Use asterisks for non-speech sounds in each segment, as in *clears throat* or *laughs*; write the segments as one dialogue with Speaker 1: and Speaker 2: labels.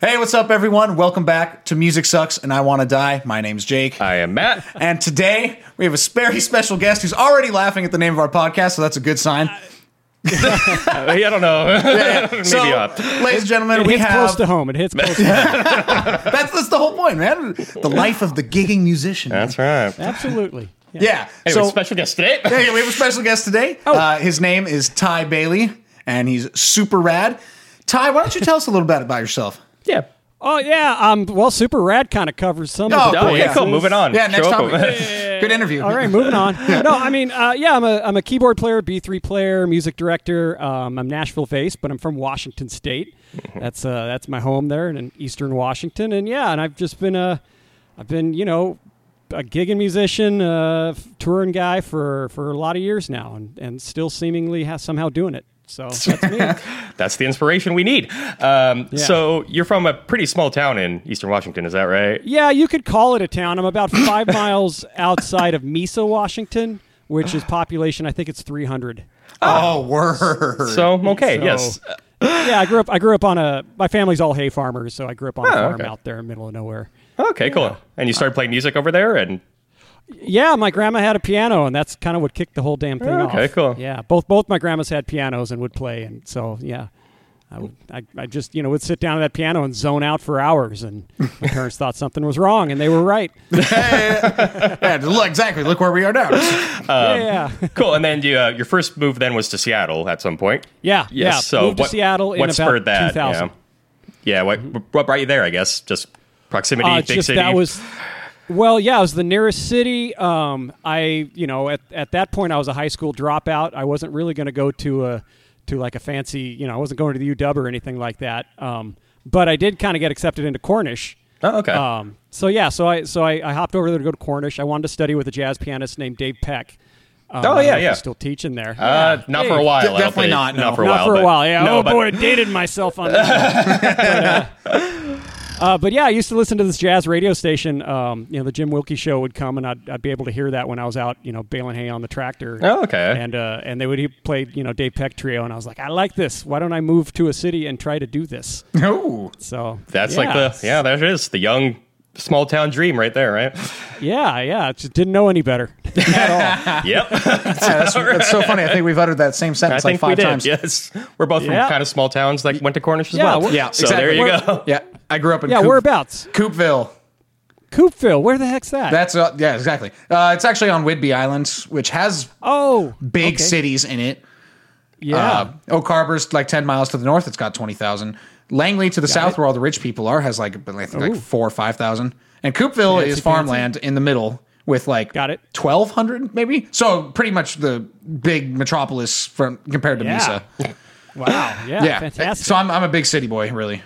Speaker 1: Hey, what's up, everyone? Welcome back to Music Sucks and I Want to Die. My name's Jake.
Speaker 2: I am Matt. *laughs*
Speaker 1: And today we have a very special guest who's already laughing at the name of our podcast, so that's a good
Speaker 2: *laughs*
Speaker 1: sign.
Speaker 2: Uh, I don't know. *laughs*
Speaker 1: Maybe so,
Speaker 2: not.
Speaker 1: ladies and gentlemen,
Speaker 3: It
Speaker 1: we
Speaker 3: hits close
Speaker 1: have
Speaker 3: to home. It hits
Speaker 1: *laughs*
Speaker 3: close to home.
Speaker 1: that's that's the whole point, man. The life of the gigging musician.
Speaker 2: That's right.
Speaker 3: Absolutely. Yeah.
Speaker 1: yeah.
Speaker 2: Anyway,
Speaker 1: so
Speaker 2: special guest today.
Speaker 1: Yeah, yeah, we have a special guest today.
Speaker 3: Oh.
Speaker 1: Uh, his name is Ty Bailey, and he's super rad. Ty, why don't you tell us a little bit about yourself?
Speaker 2: yeah.
Speaker 3: Oh yeah. Um. Well, Super Rad kind of covers some.
Speaker 1: Oh,
Speaker 3: of the
Speaker 2: Oh, yeah,
Speaker 1: yeah.
Speaker 2: cool. Moving on.
Speaker 1: Yeah, next
Speaker 2: Show
Speaker 1: topic.
Speaker 2: up.
Speaker 1: *laughs* Good interview.
Speaker 3: All right,
Speaker 1: *laughs*
Speaker 3: moving on. No, I mean, uh, yeah, I'm a, I'm a keyboard player, B3 player, music director. Um, I'm Nashville based, but I'm from Washington State.
Speaker 1: Mm-hmm.
Speaker 3: That's uh, that's my home there in Eastern Washington, and yeah, and I've just been a, I've been you know, a gigging musician, uh, f- touring guy for for a lot of years now, and and still seemingly has somehow doing it. So that's me.
Speaker 2: That's the inspiration we need. Um,
Speaker 3: Yeah.
Speaker 2: So you're from a pretty small town in Eastern Washington, is that right?
Speaker 3: Yeah, you could call it a town. I'm about five *laughs* miles outside of Mesa, Washington, which is population. I think it's 300.
Speaker 1: Oh, word.
Speaker 2: So okay,
Speaker 3: So-
Speaker 2: yes.
Speaker 3: Yeah, I grew up. I grew up on a. My family's all hay farmers, so I grew up on a farm
Speaker 2: Oh, okay.
Speaker 3: out there in the middle of nowhere.
Speaker 2: Uh, Okay, cool. And you started playing music over there, and
Speaker 3: Yeah, my grandma had a piano, and that's kind of what kicked the whole damn thing off.
Speaker 2: Oh, Okay, cool.
Speaker 3: Yeah, both both my grandmas had pianos and would play, and so yeah. I, would, I, I just you know would sit down at that piano and zone out for hours and
Speaker 2: *laughs*
Speaker 3: my parents thought something was wrong and they were right
Speaker 1: Yeah, look, exactly. Look where we are now.
Speaker 2: *laughs* Um,
Speaker 3: yeah
Speaker 2: cool. And then you, uh, your first move then was to Seattle at some point.
Speaker 3: yeah
Speaker 2: Yes.
Speaker 3: yeah
Speaker 2: So
Speaker 3: moved to
Speaker 2: what-
Speaker 3: Seattle in
Speaker 2: what
Speaker 3: about
Speaker 2: spurred that?
Speaker 3: 2000
Speaker 2: Yeah. yeah what, what brought you there? I guess just proximity,
Speaker 3: Uh,
Speaker 2: big city.
Speaker 3: that was well yeah it was the nearest city um, i you know at, at that point i was a high school dropout i wasn't really going to go to a to like a fancy you know i wasn't going to the uw or anything like that um, but i did kind of get accepted into cornish
Speaker 2: Oh, okay.
Speaker 3: um, so yeah so i so I, I hopped over there to go to cornish i wanted to study with a jazz pianist named dave peck um,
Speaker 2: Oh,
Speaker 3: I don't
Speaker 2: yeah,
Speaker 3: know if
Speaker 2: yeah.
Speaker 3: he's still teaching there
Speaker 2: uh, not for a while. I don't
Speaker 1: definitely
Speaker 2: think.
Speaker 1: not, no.
Speaker 2: Not for a
Speaker 3: not
Speaker 2: while.
Speaker 3: for a
Speaker 2: but-
Speaker 3: while. Yeah.
Speaker 2: No,
Speaker 3: oh
Speaker 2: but-
Speaker 3: boy, I dated myself on that.
Speaker 2: *laughs*
Speaker 3: but, uh, uh, but yeah, I used to listen to this jazz radio station. Um, you know, the Jim Wilkie show would come, and I'd, I'd be able to hear that when I was out, you know, baling hay on the tractor.
Speaker 2: Oh, okay.
Speaker 3: And uh, and they would he played, you know, Dave Peck trio, and I was like, I like this. Why don't I move to a city and try to do this?
Speaker 1: No.
Speaker 3: So
Speaker 2: *laughs* That's like the yeah, that is the young small town dream right there,
Speaker 3: *laughs*
Speaker 2: right?
Speaker 3: yeah, yeah. Just didn't know any better *laughs*
Speaker 2: *laughs*
Speaker 3: at all.
Speaker 2: yep. *laughs*
Speaker 1: that's, that's so funny. I think we've uttered that same
Speaker 2: I
Speaker 1: sentence like
Speaker 2: think we
Speaker 1: five
Speaker 2: did.
Speaker 1: times.
Speaker 2: Yes. We're both
Speaker 3: Yeah.
Speaker 2: from kind of small towns like went to Cornish as
Speaker 3: Yeah,
Speaker 2: well.
Speaker 3: we're- Yeah,
Speaker 2: So
Speaker 1: exactly.
Speaker 2: there you
Speaker 3: We're-
Speaker 2: go.
Speaker 1: *laughs*
Speaker 2: *laughs*
Speaker 1: Yeah, I grew up in
Speaker 3: Yeah,
Speaker 1: Coop-
Speaker 3: whereabouts?
Speaker 1: Coopville.
Speaker 3: Coopville. Where the heck's that?
Speaker 1: That's uh, yeah, exactly. Uh, it's actually on Whidbey Island, which has
Speaker 3: oh,
Speaker 1: big
Speaker 3: okay.
Speaker 1: cities in it.
Speaker 3: Yeah.
Speaker 1: Uh, Oak Harbor's like ten miles to the north. It's got twenty thousand. Langley to the south, where all the rich people are, has like I think like
Speaker 3: Ooh.
Speaker 1: four or five thousand. And Coopville
Speaker 3: Fancy,
Speaker 1: is farmland in the middle with like
Speaker 3: Got it.
Speaker 1: twelve hundred maybe. So pretty much the big metropolis from compared to
Speaker 3: Yeah.
Speaker 1: Mesa.
Speaker 3: wow. Yeah.
Speaker 1: Yeah,
Speaker 3: Fantastic.
Speaker 1: So I'm I'm a big city boy, really.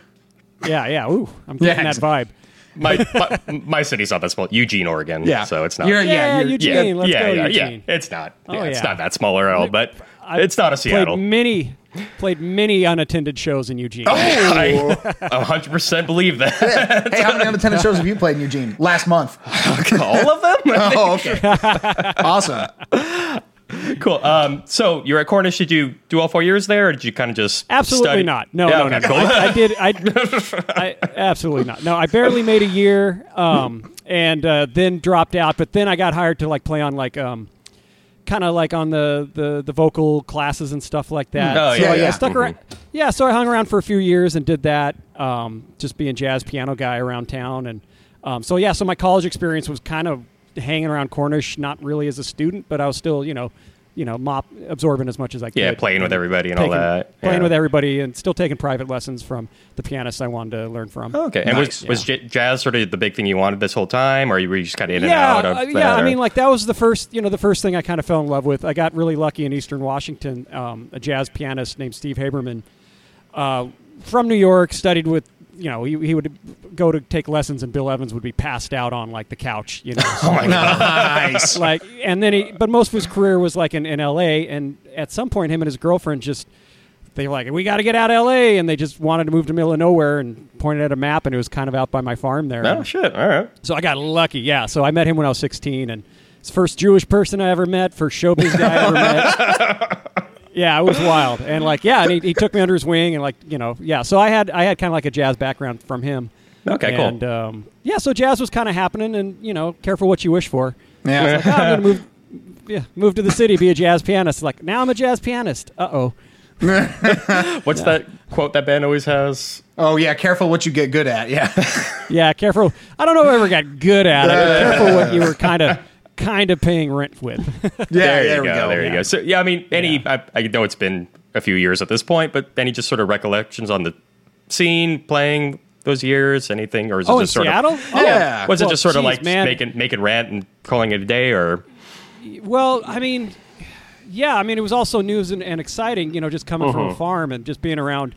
Speaker 3: Yeah, yeah. Ooh, I'm getting
Speaker 1: Yeah.
Speaker 3: that vibe.
Speaker 2: My, my my city's not that small. Eugene, Oregon.
Speaker 1: Yeah.
Speaker 2: So it's not
Speaker 1: You're-
Speaker 3: Yeah,
Speaker 1: Yeah, you're-
Speaker 3: Eugene.
Speaker 2: yeah,
Speaker 3: Let's
Speaker 2: yeah,
Speaker 3: go,
Speaker 2: yeah,
Speaker 3: Eugene.
Speaker 2: yeah. It's not. Yeah,
Speaker 3: Oh,
Speaker 2: It's
Speaker 3: yeah.
Speaker 2: not that small at all, but it's not a Seattle.
Speaker 3: Played many, played many unattended shows in Eugene.
Speaker 2: *laughs* Oh, I 100% believe that.
Speaker 1: Hey, how many unintended shows have you played in Eugene last month?
Speaker 2: *laughs* all of
Speaker 3: *laughs*
Speaker 2: them?
Speaker 1: Oh, okay. awesome.
Speaker 2: cool. Um, so you're at Cornish. Did you do all four years there, or did you kind of just
Speaker 3: Absolutely
Speaker 2: study?
Speaker 3: not. No,
Speaker 2: Yeah,
Speaker 3: no, no,
Speaker 2: okay,
Speaker 3: no.
Speaker 2: cool.
Speaker 3: I, I did.
Speaker 2: *laughs*
Speaker 3: I, I absolutely not. No, I barely made a year, um, and uh, then dropped out. But then I got hired to like play on like, um, kind of like on the, the the vocal classes and stuff like that.
Speaker 2: Oh,
Speaker 3: so
Speaker 2: yeah,
Speaker 3: I,
Speaker 1: yeah.
Speaker 3: I stuck around. Yeah, so I hung around for a few years and did that, um, just being jazz piano guy around town, and um, so yeah. So my college experience was kind of hanging around Cornish, not really as a student, but I was still, you know. You know, mop absorbing as much as I could.
Speaker 2: Yeah, playing with everybody and all
Speaker 3: Taking-
Speaker 2: that.
Speaker 3: Playing
Speaker 2: Yeah.
Speaker 3: with everybody and still taking private lessons from the pianist I wanted to learn from.
Speaker 2: Okay. And was
Speaker 1: Nice.
Speaker 2: was j- jazz sort of the big thing you wanted this whole time, or were you just kind of in
Speaker 3: yeah,
Speaker 2: and out of
Speaker 3: uh,
Speaker 2: that?
Speaker 3: yeah. I
Speaker 2: or-
Speaker 3: mean, like that was the first, you know, the first thing I kind of fell in love with. I got really lucky in Eastern Washington. Um, a jazz pianist named Steve Haberman uh, from New York studied with. You know, he, he would go to take lessons, and Bill Evans would be passed out on like the couch.
Speaker 2: *laughs*
Speaker 3: You know,
Speaker 2: Oh
Speaker 3: So,
Speaker 1: Nice.
Speaker 3: *laughs* like, and then he, but most of his career was like in, in L.A. And at some point, him and his girlfriend just they were like, "We got to get out of L.A." And they just wanted to move to middle of nowhere and pointed at a map, and it was kind of out by my farm there.
Speaker 2: oh shit! All right.
Speaker 3: So I got lucky, yeah. So I met him when I was 16, and it's the first Jewish person I ever met, first showbiz guy I ever met. Yeah, it was wild. And like, yeah, and he, he took me under his wing and like, you know, yeah. So I had I had kind of like a jazz background from him.
Speaker 2: Okay, cool.
Speaker 3: and, um, yeah, so jazz was kind of happening, and you know, careful what you wish for.
Speaker 1: Yeah.
Speaker 2: *laughs*
Speaker 3: I was like, oh, I'm gonna move, yeah, move to the city, be a jazz pianist. Like now I'm a jazz pianist. Uh oh.
Speaker 2: What's that quote that band always has?
Speaker 1: Oh yeah, careful what you get good at.
Speaker 2: *laughs*
Speaker 1: Yeah.
Speaker 3: Yeah, careful. I don't know if I ever got good at it. but careful what you were kind of kind of paying rent with.
Speaker 1: Yeah,
Speaker 2: there,
Speaker 1: there
Speaker 2: you
Speaker 1: we
Speaker 2: go,
Speaker 1: go.
Speaker 2: There you go. So yeah, I mean, any I, I know it's been a few years at this point, but any just sort of recollections on the scene playing those years, anything, or is it
Speaker 3: oh, in
Speaker 2: just sort
Speaker 3: Seattle?
Speaker 2: of Ah,
Speaker 3: Oh,
Speaker 1: Yeah.
Speaker 2: was it
Speaker 3: Well,
Speaker 2: just sort of
Speaker 3: geez,
Speaker 2: like
Speaker 3: man.
Speaker 2: making making rant and calling it a day, or
Speaker 3: Well, I mean, yeah, I mean, it was also news and, and exciting, you know, just coming
Speaker 2: Uh-huh.
Speaker 3: from a farm and just being around,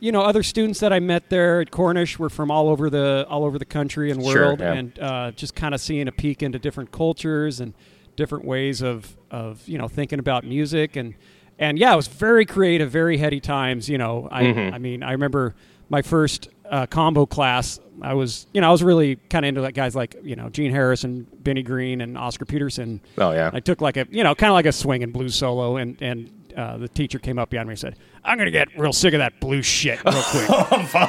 Speaker 3: you know, other students that I met there at Cornish were from all over the all over the country and
Speaker 2: Sure,
Speaker 3: world,
Speaker 2: yeah.
Speaker 3: and uh, just kind of seeing a peek into different cultures and different ways of of you know thinking about music and and yeah, it was very creative, very heady times. You know, I
Speaker 2: Mm-hmm.
Speaker 3: I mean, I remember my first uh, combo class. I was, you know, I was really kind of into like guys like you know Gene Harris and Benny Green and Oscar Peterson.
Speaker 2: Oh, yeah.
Speaker 3: I took like a you know kind of like a swing and blues solo, and and uh, the teacher came up behind me and said, "I'm gonna get real sick of that blues shit
Speaker 2: *laughs*
Speaker 3: real quick."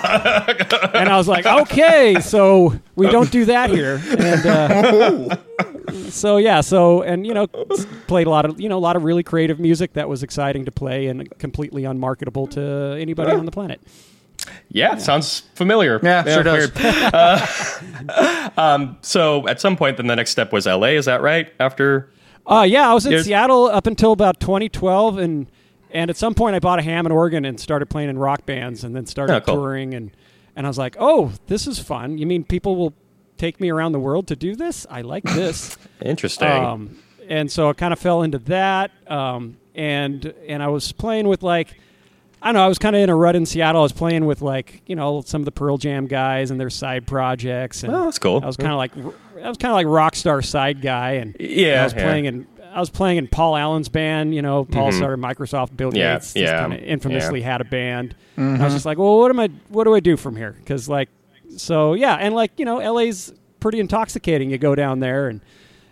Speaker 3: and I was like, "Okay, so we don't do that here." And uh,
Speaker 2: *laughs*
Speaker 3: so yeah, so and you know s- played a lot of you know a lot of really creative music that was exciting to play and completely unmarketable to anybody on the planet.
Speaker 2: yeah, sounds familiar.
Speaker 1: Yeah, sure does.
Speaker 2: weird. Uh, um, so at some point, then the next step was L.A. Is that right? After
Speaker 3: Uh, yeah, I was in
Speaker 2: There's-
Speaker 3: Seattle up until about 2012, and and at some point I bought a ham in Oregon and started playing in rock bands, and then started
Speaker 2: Oh, cool.
Speaker 3: touring, and and I was like, oh, this is fun. You mean people will take me around the world to do this? I
Speaker 2: *laughs*
Speaker 3: like this.
Speaker 2: interesting.
Speaker 3: Um, and so I kind of fell into that. Um, and and I was playing with like, I don't know, I was kind of in a rut in Seattle. I was playing with like, you know, some of the Pearl Jam guys and their side projects. And
Speaker 2: Oh, that's cool.
Speaker 3: I was kind of like, I was kind of like rock star side guy. And
Speaker 2: Yeah,
Speaker 3: I was
Speaker 2: yeah. Mm-hmm.
Speaker 3: playing in. I was playing in Paul Allen's band, you know. Paul started Microsoft, Bill
Speaker 2: Yeah,
Speaker 3: Gates, just
Speaker 2: yeah,
Speaker 3: kind of infamously
Speaker 2: yeah.
Speaker 3: had a band. And I was just like, well, what am I? What do I do from here? Because like, so yeah, and like you know, LA's pretty intoxicating. You go down there and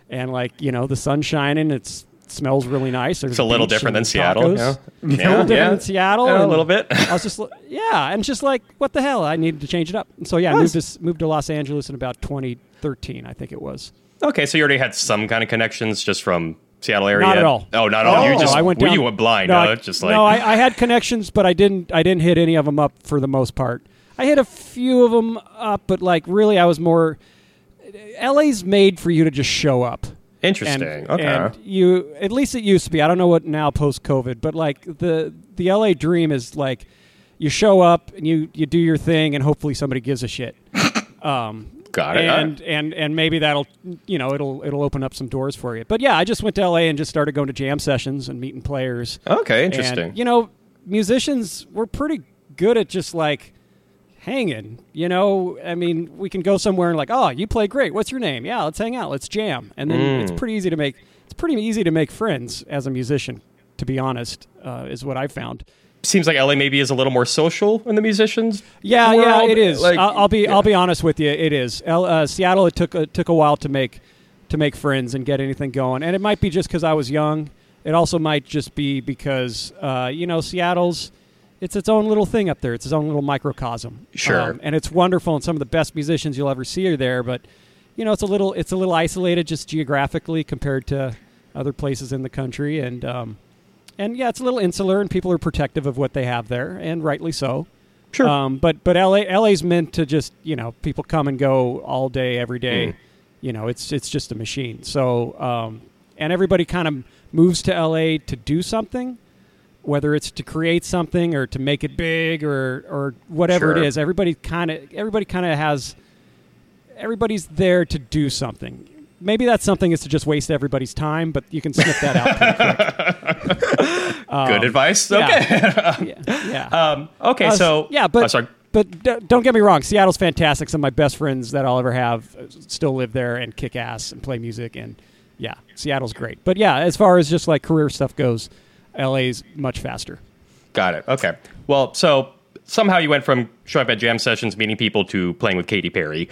Speaker 3: and like you know, the sun's shining. It's it smells really nice. There's
Speaker 2: it's a little
Speaker 3: beach
Speaker 2: different
Speaker 3: and
Speaker 2: than Seattle.
Speaker 3: tacos.
Speaker 2: Yeah,
Speaker 3: It's a little different than Seattle.
Speaker 2: Yeah, a
Speaker 3: and
Speaker 2: little bit.
Speaker 3: I was just li- yeah, and just like what the hell? I needed to change it up. And so yeah, I moved to s- moved to Los Angeles in about 2013, I think it was.
Speaker 2: Okay, so you already had some kind of connections just from Seattle area.
Speaker 3: Not at all.
Speaker 2: Oh, not at all. you
Speaker 1: Oh,
Speaker 2: just
Speaker 3: I went
Speaker 2: were
Speaker 3: down-
Speaker 2: you were blind?
Speaker 3: No,
Speaker 2: huh?
Speaker 3: I,
Speaker 2: just like
Speaker 3: no, I, I had connections, but I didn't. I didn't hit any of them up for the most part. I hit a few of them up, but like really, I was more. LA's made for you to just show up.
Speaker 2: Interesting. Okay.
Speaker 3: and you at least it used to be. I don't know what now post COVID, but like the the LA dream is like you show up and you you do your thing and hopefully somebody gives a shit.
Speaker 2: got it.
Speaker 3: And, and and maybe that'll you know it'll it'll open up some doors for you. But yeah, I just went to LA and just started going to jam sessions and meeting players.
Speaker 2: Uh, okay, interesting.
Speaker 3: And, you know, musicians we're pretty good at just like hanging. You know, I mean, we can go somewhere and like, oh, you play great. What's your name? Yeah, let's hang out. Let's jam. And then it's pretty easy to make. It's pretty easy to make friends as a musician. To be honest, uh, is what I found.
Speaker 2: Seems like LA maybe is a little more social in the musicians.
Speaker 3: Yeah, yeah,
Speaker 2: world.
Speaker 3: it is.
Speaker 2: Like,
Speaker 3: I'll, I'll be
Speaker 2: yeah.
Speaker 3: I'll be honest with you, it is. El, uh, Seattle it took it took a while to make to make friends and get anything going, and it might be just because I was young. It also might just be because uh, you know Seattle's it's its own little thing up there. It's its own little microcosm. Um,
Speaker 2: Sure.
Speaker 3: and it's wonderful, and some of the best musicians you'll ever see are there. But you know, it's a little it's a little isolated just geographically compared to other places in the country, and um, and yeah, it's a little insular, and people are protective of what they have there, and rightly so.
Speaker 2: Sure.
Speaker 3: Um, but but LA LA's meant to just you know people come and go all day every day.
Speaker 2: Mm.
Speaker 3: You know it's it's just a machine. So um, and everybody kind of moves to LA to do something, whether it's to create something or to make it big or or whatever
Speaker 2: Sure.
Speaker 3: it is. Everybody kind of everybody kind of has everybody's there to do something. Maybe that's something is to just waste everybody's time, but
Speaker 2: *laughs*
Speaker 3: you can snip that out. pretty quick.
Speaker 2: Good advice. Okay.
Speaker 3: um, Yeah.
Speaker 2: *laughs*
Speaker 3: yeah. yeah.
Speaker 2: Um, okay,
Speaker 3: Uh,
Speaker 2: so
Speaker 3: yeah, but
Speaker 2: oh, sorry.
Speaker 3: but d- don't get me wrong. Seattle's fantastic. Some of my best friends that I'll ever have uh, still live there and kick ass and play music and yeah, Seattle's great. But yeah, as far as just like career stuff goes, LA's much faster.
Speaker 2: Got it. Okay. Well, so somehow you went from showing up at jam sessions, meeting people, to playing with Katy Perry.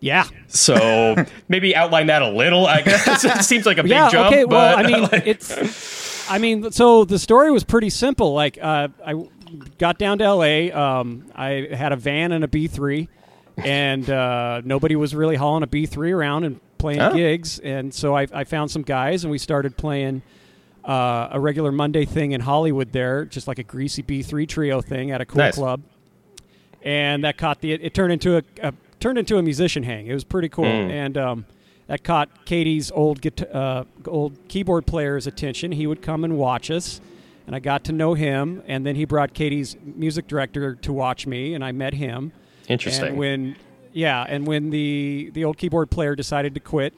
Speaker 3: Yeah. *laughs*
Speaker 2: So maybe outline that a little. I guess *laughs* it seems like a big
Speaker 3: Yeah.
Speaker 2: jump. *laughs*
Speaker 3: okay.
Speaker 2: but
Speaker 3: well, I mean, it's I mean, so the story was pretty simple. Like, uh, I w- got down to L.A. Um, I had a van and a B3, and uh, nobody was really hauling a B3 around and playing
Speaker 2: Oh.
Speaker 3: gigs. And so I, I found some guys, and we started playing uh, a regular Monday thing in Hollywood there, just like a greasy B3 trio thing at a cool
Speaker 2: Nice.
Speaker 3: club. And that caught the. It, it turned into a, a turned into a musician hang. It was pretty cool, and um, that caught Katie's old guit- uh, old keyboard player's attention. He would come and watch us, and I got to know him. And then he brought Katie's music director to watch me, and I met him.
Speaker 2: Interesting.
Speaker 3: And when yeah, and when the the old keyboard player decided to quit,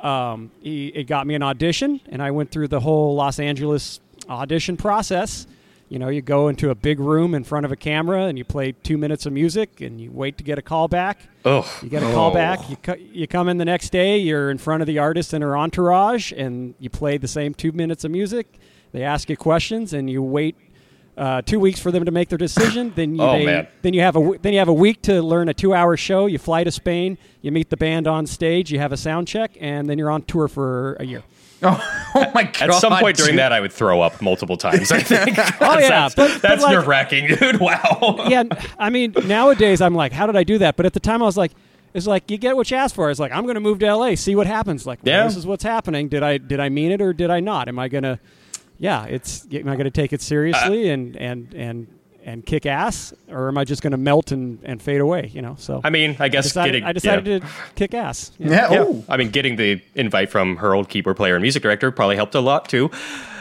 Speaker 3: um, he, it got me an audition, and I went through the whole Los Angeles audition process. You know, you go into a big room in front of a camera and you play two minutes of music and you wait to get a call back.
Speaker 2: Oh,
Speaker 3: You get a call back. You, co- you come in the next day. You're in front of the artist and her entourage, and you play the same two minutes of music. They ask you questions, and you wait uh, two weeks for them to make
Speaker 2: *coughs*
Speaker 3: their decision. then you
Speaker 2: Oh,
Speaker 3: they-
Speaker 2: man.
Speaker 3: then you have a w- then you have a week to learn a two hour show. You fly to Spain. You meet the band on stage. You have a sound check, and then you're on tour for
Speaker 2: *laughs*
Speaker 3: a year.
Speaker 1: *laughs* Oh, oh my god!
Speaker 2: At some point during
Speaker 1: dude.
Speaker 2: that, I would throw up multiple times. I think. oh
Speaker 3: *laughs*
Speaker 2: *laughs*
Speaker 3: yeah,
Speaker 2: that's,
Speaker 3: but- but like-
Speaker 2: nerve wracking, dude. Wow.
Speaker 3: yeah, n- I mean, nowadays I'm like, how did I do that? But at the time I was like, it's like you get what you ask for. It's like I'm going to move to LA, see what happens. Like well,
Speaker 2: Yeah.
Speaker 3: this is what's happening. Did I did I mean it or did I not? Am I going to Yeah, it's am I going to take it
Speaker 2: Uh,
Speaker 3: seriously and and and and kick ass or am I just going to melt and and fade away, you know? So
Speaker 2: I mean, I guess
Speaker 3: decided,
Speaker 2: getting.
Speaker 3: I decided
Speaker 2: yeah.
Speaker 3: to kick ass. you know?
Speaker 1: Yeah.
Speaker 2: Yeah.
Speaker 1: Oh.
Speaker 2: I mean, getting the invite from her old keyboard player and music director probably helped a lot too.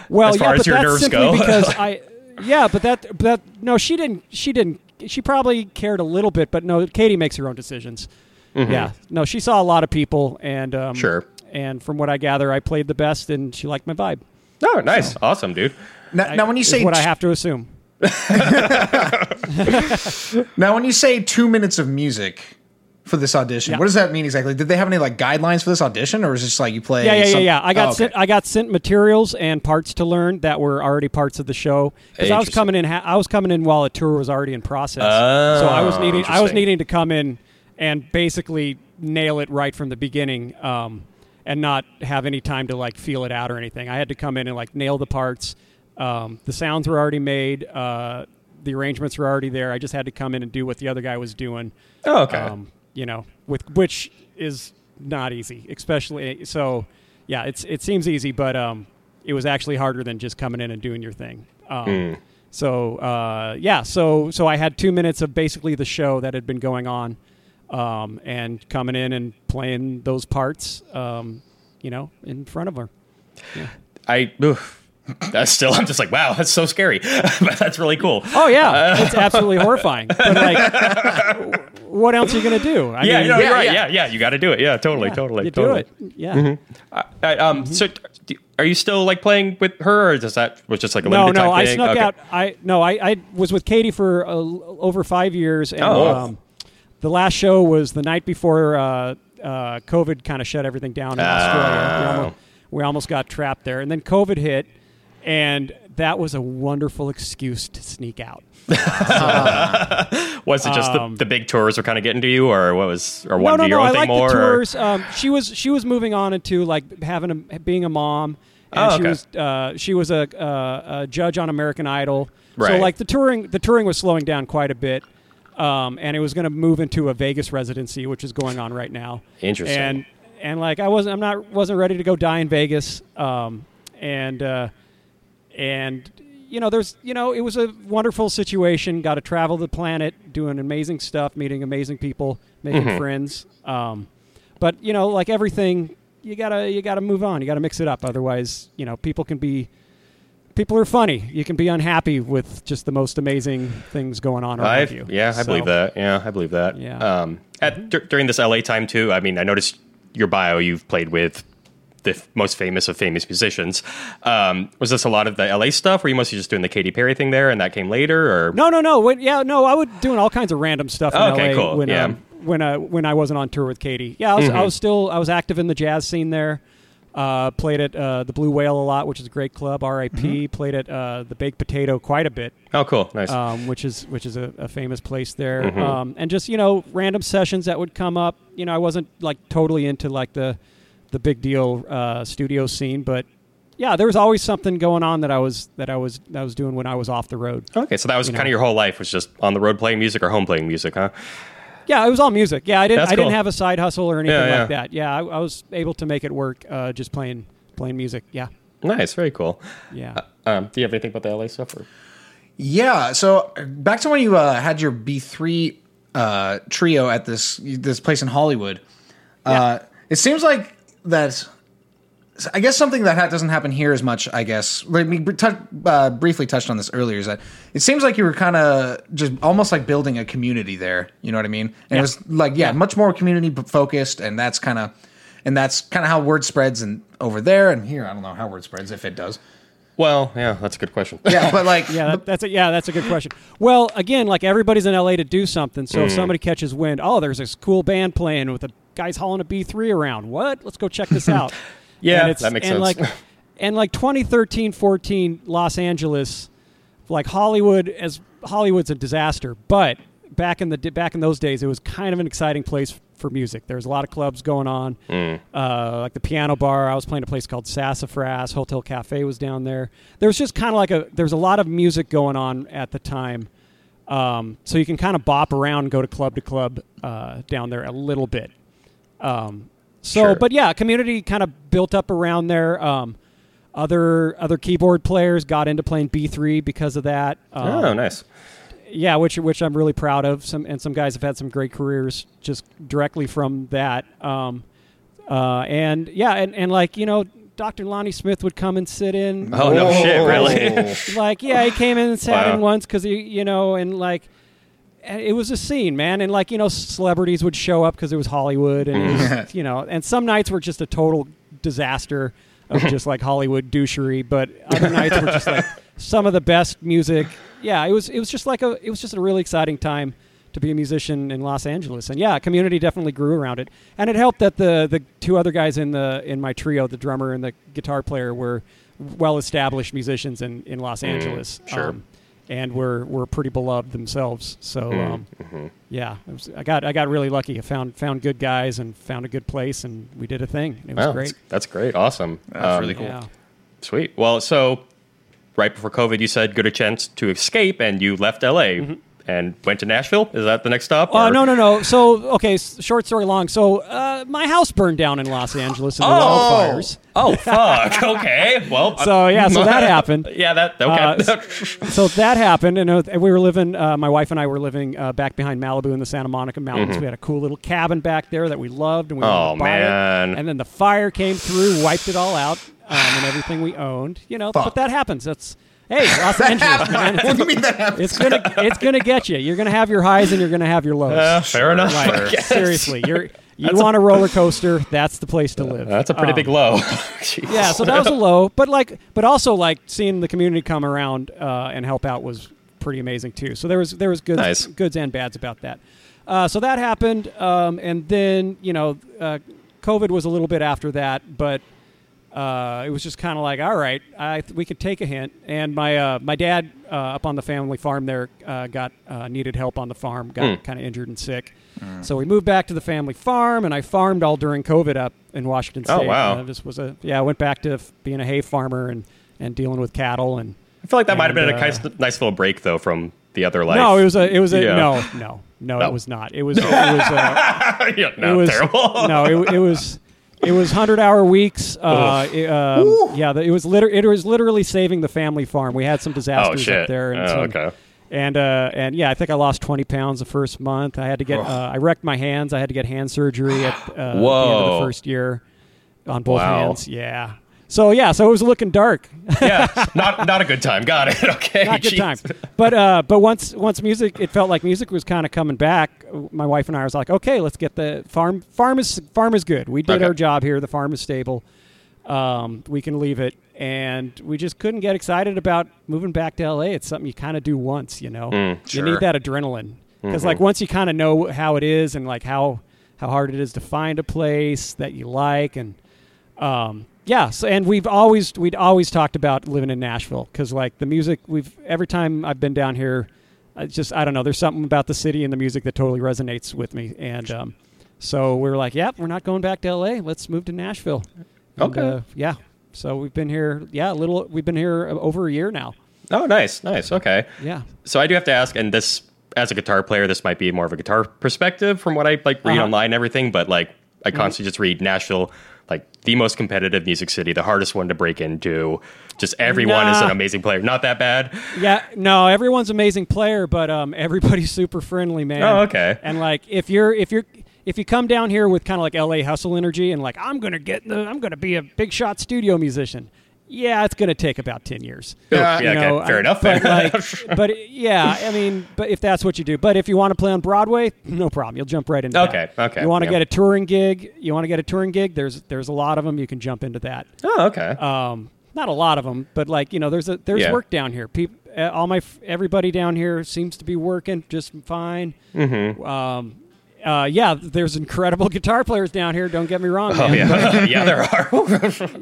Speaker 3: well,
Speaker 2: as far
Speaker 3: yeah,
Speaker 2: as
Speaker 3: but
Speaker 2: your
Speaker 3: that's
Speaker 2: nerves
Speaker 3: simply
Speaker 2: go. *laughs*
Speaker 3: because I, yeah, but that, but that, no, she didn't, she didn't, she probably cared a little bit, but no, Katie makes her own decisions. Yeah, no, she saw a lot of people, and um,
Speaker 2: Mm-hmm. Sure.
Speaker 3: and from what I gather, I played the best, and she liked my vibe.
Speaker 2: Oh, nice, awesome, dude.
Speaker 1: Now, now when you
Speaker 3: is
Speaker 1: say
Speaker 3: what I
Speaker 1: t-
Speaker 3: have to assume.
Speaker 1: now when you say two minutes of music for this audition,
Speaker 3: Yeah.
Speaker 1: what does that mean exactly? Did they have any like guidelines for this audition, or is it just like you play?
Speaker 3: Yeah, yeah, yeah,
Speaker 1: some-
Speaker 3: yeah. I got
Speaker 1: Oh, okay.
Speaker 3: sent, I got sent materials and parts to learn that were already parts of the show because I was
Speaker 2: Interesting.
Speaker 3: coming in. Ha- I was coming in while a tour was already in process, so I was
Speaker 2: Oh,
Speaker 3: needing. I was
Speaker 2: interesting.
Speaker 3: needing to come in and basically nail it right from the beginning, um, and not have any time to like feel it out or anything. I had to come in and like nail the parts. Um, the sounds were already made. Uh, the arrangements were already there. I just had to come in and do what the other guy was doing
Speaker 2: Oh, *laughs* okay.
Speaker 3: um, you know, with which is not easy, especially so. Yeah, it's it seems easy, but um, it was actually harder than just coming in and doing your thing. Um,
Speaker 2: Hmm.
Speaker 3: So uh, yeah, so so I had two minutes of basically the show that had been going on, um, and coming in and playing those parts, um, you know, in front of her.
Speaker 2: I. oof. That's still, I'm just like, wow, that's so scary. *laughs* but that's really cool.
Speaker 3: Oh yeah, *laughs*
Speaker 2: *laughs*
Speaker 3: it's absolutely horrifying. But like, *laughs* what else are you gonna do? I
Speaker 2: yeah,
Speaker 3: mean,
Speaker 2: no,
Speaker 1: yeah,
Speaker 2: you're right.
Speaker 1: yeah.
Speaker 2: Yeah, yeah, you got to do it. Yeah, totally,
Speaker 3: yeah,
Speaker 2: totally,
Speaker 3: you
Speaker 2: totally. Mm-hmm.
Speaker 3: do it. Yeah.
Speaker 2: I, I, um,
Speaker 3: Mm-hmm.
Speaker 2: so do, are you still like playing with her, or does that was just like a limited
Speaker 3: no, no,
Speaker 2: time
Speaker 3: I
Speaker 2: thing?
Speaker 3: snuck
Speaker 2: Okay.
Speaker 3: out. I no, I, I was with Katie for uh, l- over five years, and
Speaker 2: Oh.
Speaker 3: um, the last show was the night before uh, uh, COVID kind of shut everything down in Australia.
Speaker 2: Oh.
Speaker 3: We almost, we almost got trapped there, and then COVID hit, and that was a wonderful excuse to sneak out.
Speaker 2: Was it just
Speaker 3: Um,
Speaker 2: the, the big tours were kind of getting to you, or what was, or
Speaker 3: no,
Speaker 2: one
Speaker 3: no,
Speaker 2: do your
Speaker 3: no.
Speaker 2: own thing
Speaker 3: I like
Speaker 2: more?
Speaker 3: the
Speaker 2: or-
Speaker 3: tours. Um, she was she was moving on into like having a being a mom, and
Speaker 2: Oh,
Speaker 3: she
Speaker 2: okay.
Speaker 3: was uh, she was a, uh, a judge on American Idol. So
Speaker 2: Right.
Speaker 3: like the touring the touring was slowing down quite a bit, um, and it was going to move into a Vegas residency, which is going on right now.
Speaker 2: Interesting.
Speaker 3: And and like I wasn't I'm not wasn't ready to go die in Vegas. Um, and uh, and you know there's you know it was a wonderful situation got to travel the planet doing amazing stuff meeting amazing people making
Speaker 2: Mm-hmm.
Speaker 3: friends um, but you know like everything you gotta you gotta move on you gotta mix it up otherwise you know people can be people are funny you can be unhappy with just the most amazing things going on around
Speaker 2: I've-
Speaker 3: you
Speaker 2: Yeah, I
Speaker 3: So-
Speaker 2: believe that. Yeah, I believe that.
Speaker 3: Yeah. Mm-hmm.
Speaker 2: Um, at dur- during this LA time too, I mean, I noticed your bio. You've played with the f- most famous of famous musicians. Um, was this a lot of the LA stuff? Were you mostly just doing the Katy Perry thing there, and that came later? Or
Speaker 3: No, no, no. Wait, yeah, no. I was doing all kinds of random stuff. In
Speaker 2: Oh, Okay,
Speaker 3: LA
Speaker 2: cool,
Speaker 3: When,
Speaker 2: yeah. Mm-hmm.
Speaker 3: um, when I when I wasn't on tour with Katie. Yeah, I was, I was still I was active in the jazz scene there. Uh, played at uh, the Blue Whale a lot, which is a great club. R.I.P.
Speaker 2: Mm-hmm.
Speaker 3: Played at uh, the Baked Potato quite a bit,
Speaker 2: oh, cool, nice.
Speaker 3: um, which is which is a, a famous place there.
Speaker 2: Mm-hmm.
Speaker 3: Um, and just you know random sessions that would come up. You know, I wasn't like totally into like the the big deal uh, studio scene, but yeah, there was always something going on that I was that I was that I was doing when I was off the road.
Speaker 2: Okay, so that was kind of your whole life was just on the road playing music or home playing music, huh?
Speaker 3: Yeah, it was all music. Yeah, I didn't
Speaker 2: That's
Speaker 3: I didn't
Speaker 2: cool.
Speaker 3: have a side hustle or anything
Speaker 2: Yeah, yeah.
Speaker 3: like that. Yeah, I, I was able to make it work uh, just playing playing music. Yeah,
Speaker 2: Nice, very cool.
Speaker 3: yeah.
Speaker 2: Um, do you have anything about the LA stuff? Or?
Speaker 1: Yeah. So uh, back to when you uh, had your B three uh, trio at this this place in Hollywood. Uh, it seems like that. I guess something that ha- doesn't happen here as much. I guess like we br- tou- uh, briefly touched on this earlier. Is that it seems like you were kind of just almost like building a community there. You know what I mean? And it was like yeah, much more community p- focused, and that's kind of and that's kind of how word spreads and over there and here. I don't know how word spreads if it does.
Speaker 2: Well, yeah, that's a good question.
Speaker 1: Yeah, *laughs* but like
Speaker 3: Yeah, that, that's a, yeah, that's a good question. Well, again, like everybody's in LA to do something, so
Speaker 2: Mm.
Speaker 3: if somebody catches wind, oh, there's this cool band playing with a guy's hauling a B three around. What? Let's go
Speaker 2: *laughs*
Speaker 3: check this out.
Speaker 2: Yeah,
Speaker 3: And it's-
Speaker 2: that makes
Speaker 3: and
Speaker 2: sense. *laughs*
Speaker 3: Like, and like 2013, 14, Los Angeles, like Hollywood, as Hollywood's a disaster, but back in the di- back in those days, it was kind of an exciting place for music. There was a lot of clubs going on,
Speaker 2: Mm.
Speaker 3: uh, like the Piano Bar. I was playing a place called Sassafras. Hotel Cafe was down there. There was just kind of like a there's a lot of music going on at the time. Um, so you can kind of bop around, go to club to club uh, down there a little bit. Um, so,
Speaker 2: Sure.
Speaker 3: but yeah, community kind of built up around there. Um, other other keyboard players got into playing B three because of that. *laughs* Um,
Speaker 2: oh, nice.
Speaker 3: Yeah, which which I'm really proud of. Some and some guys have had some great careers just directly from that. Um, uh, and yeah, and, and like you know, Dr. Lonnie Smith would come and sit in
Speaker 2: Oh no, shit, really?
Speaker 3: like yeah he came in and sat
Speaker 2: Wow.
Speaker 3: in once because he you know and like and it was a scene man and like you know celebrities would show up because it was hollywood and it was, you know and some nights were just a total disaster of just like hollywood douchery but other nights were just like some of the best music yeah it was it was just like a it was just a really exciting time to be a musician in Los Angeles, and yeah, community definitely grew around it, and it helped that the the two other guys in the in my trio, the drummer and the guitar player, were well established musicians in in Los Angeles,
Speaker 2: Mm,
Speaker 3: um,
Speaker 2: sure.
Speaker 3: and were were pretty beloved themselves. So
Speaker 2: Mm,
Speaker 3: um,
Speaker 2: mm-hmm.
Speaker 3: yeah, it was, I got I got really lucky. I found found good guys and found a good place, and we did a thing. It was
Speaker 2: Wow,
Speaker 3: great.
Speaker 2: That's, that's great. Awesome. Um,
Speaker 1: That's really cool.
Speaker 3: Yeah.
Speaker 2: Sweet. Well, so right before COVID, you said good a chance to escape, and you left LA and went to Nashville. Is that the next stop?
Speaker 3: Uh,
Speaker 2: or-
Speaker 3: no, no, no. So, okay, s- short story long. So, uh, my house burned down in Los Angeles in the
Speaker 2: Oh,
Speaker 3: wildfires.
Speaker 2: oh, fuck. *laughs* Okay. Well,
Speaker 3: So, yeah,
Speaker 2: *laughs*
Speaker 3: so that happened.
Speaker 2: Yeah, that okay.
Speaker 3: Uh,
Speaker 2: *laughs*
Speaker 3: so that happened, and uh, we were living. Uh, my wife and I were living uh, back behind Malibu in the Santa Monica Mountains.
Speaker 1: Mm-hmm.
Speaker 3: We had a cool little cabin back there that we loved, and we wanted
Speaker 2: Oh,
Speaker 3: to buy it.
Speaker 2: man.
Speaker 3: And then the fire came through, wiped it all out,
Speaker 1: *sighs*
Speaker 3: um, and everything we owned. You know,
Speaker 1: Fuck.
Speaker 3: but that happens. That's hey,
Speaker 1: *laughs*
Speaker 3: Los
Speaker 1: that
Speaker 3: Angeles, man.
Speaker 1: happened. What do you mean that happened?
Speaker 3: It's gonna, it's gonna get you. You're gonna have your highs and you're gonna have your lows.
Speaker 2: Uh, fair enough. *laughs*
Speaker 3: Like,
Speaker 2: I guess.
Speaker 3: seriously,
Speaker 2: *laughs*
Speaker 3: you're you want a roller coaster? That's the place to live.
Speaker 2: That's a pretty
Speaker 3: Um,
Speaker 2: big low. *laughs*
Speaker 3: yeah, so that was a low, but like, but also like seeing the community come around uh, and help out was pretty amazing too. So there was there was goods
Speaker 2: Nice.
Speaker 3: goods and bads about that. Uh, so that happened, um, and then you know, uh, COVID was a little bit after that, but uh, it was just kind of like, all right, I, we could take a hint. And my uh, my dad uh, up on the family farm there uh, got uh, needed help on the farm, got
Speaker 2: Hmm.
Speaker 3: kind of injured and sick. So we moved back to the family farm, and I farmed all during COVID up in Washington
Speaker 2: Oh,
Speaker 3: State.
Speaker 2: wow.
Speaker 3: Uh, this was a yeah. I went back to f- being a hay farmer and, and dealing with cattle and
Speaker 2: I feel like that might have been a
Speaker 3: And, uh,
Speaker 2: nice, nice little break though from the other life.
Speaker 3: no, it was a it was a
Speaker 2: Yeah.
Speaker 3: no no no
Speaker 2: No.
Speaker 3: it was not. It was it was uh,
Speaker 2: *laughs* yeah,
Speaker 3: it
Speaker 2: no,
Speaker 3: was *laughs*
Speaker 2: terrible. *laughs*
Speaker 3: no, it, it was it was hundred hour weeks. Uh, it, um, yeah, the, it was liter- it was literally saving the family farm. We had some disasters
Speaker 2: Oh, shit.
Speaker 3: up there, and
Speaker 2: Oh,
Speaker 3: some-
Speaker 2: okay.
Speaker 3: and uh, and yeah, I think I lost twenty pounds the first month. I had to get uh, I wrecked my hands. I had to get hand surgery at uh, the end of
Speaker 2: Whoa.
Speaker 3: the first year on both
Speaker 2: Wow.
Speaker 3: hands. Yeah. So yeah, so it was looking dark.
Speaker 2: yeah, not not a good time. Got it. *laughs* Okay.
Speaker 3: not good
Speaker 2: Jeez.
Speaker 3: time. But uh, but once once music, it felt like music was kind of coming back. My wife and I was like, okay, let's get the farm. Farm is farm is good. We did
Speaker 2: Okay.
Speaker 3: our job here. The farm is stable. Um, we can leave it, and we just couldn't get excited about moving back to LA. It's something you kind of do once, you know. You
Speaker 1: sure.
Speaker 3: need that adrenaline because like once you kind of know how it is and like how how hard it is to find a place that you like and um, yeah, so, and we've always we'd always talked about living in Nashville because like the music we've every time I've been down here, I just I don't know. There's something about the city and the music that totally resonates with me, and um, so we were like, yep, we're not going back to L.A. Let's move to Nashville. And,
Speaker 2: Okay.
Speaker 3: uh, yeah, So we've been here, yeah, a little. We've been here over a year now.
Speaker 2: Oh, nice, nice. Okay.
Speaker 3: Yeah.
Speaker 2: So I do have to ask, and this as a guitar player, this might be more of a guitar perspective from what I like read
Speaker 3: Uh-huh. Mm-hmm.
Speaker 2: online and everything, but like I constantly just read Nashville, like the most competitive music city, the hardest one to break into. Just everyone is
Speaker 3: Nah.
Speaker 2: an amazing player. Not that bad.
Speaker 3: Yeah, no, everyone's amazing player, but um, everybody's *laughs* super friendly, man.
Speaker 2: Oh, okay.
Speaker 3: And like, if you're if you're if you come down here with kind of like LA hustle energy and like I'm gonna get in the, I'm gonna be a big shot studio musician, yeah, it's gonna take about ten years.
Speaker 1: Yeah,
Speaker 2: Oof, Oh, yeah,
Speaker 3: You know,
Speaker 2: okay. Fair
Speaker 3: I-
Speaker 2: enough.
Speaker 3: But,
Speaker 2: *laughs*
Speaker 3: like, but yeah, I mean, but if that's what you do, but if you want to play on Broadway, no problem, you'll jump right into
Speaker 2: Okay,
Speaker 3: that.
Speaker 2: okay,
Speaker 3: You want to
Speaker 2: yeah.
Speaker 3: get a touring gig? You want to get a touring gig? There's there's a lot of them. You can jump into that
Speaker 2: oh, okay.
Speaker 3: um, not a lot of them, but like you know, there's a there's
Speaker 2: Yeah.
Speaker 3: work down here. People, all my f- everybody down here seems to be working just fine. Um, uh, yeah, there's incredible *laughs* guitar players down here. Don't get me wrong.
Speaker 2: oh, *laughs*
Speaker 3: man. *laughs*
Speaker 2: yeah. yeah, there are.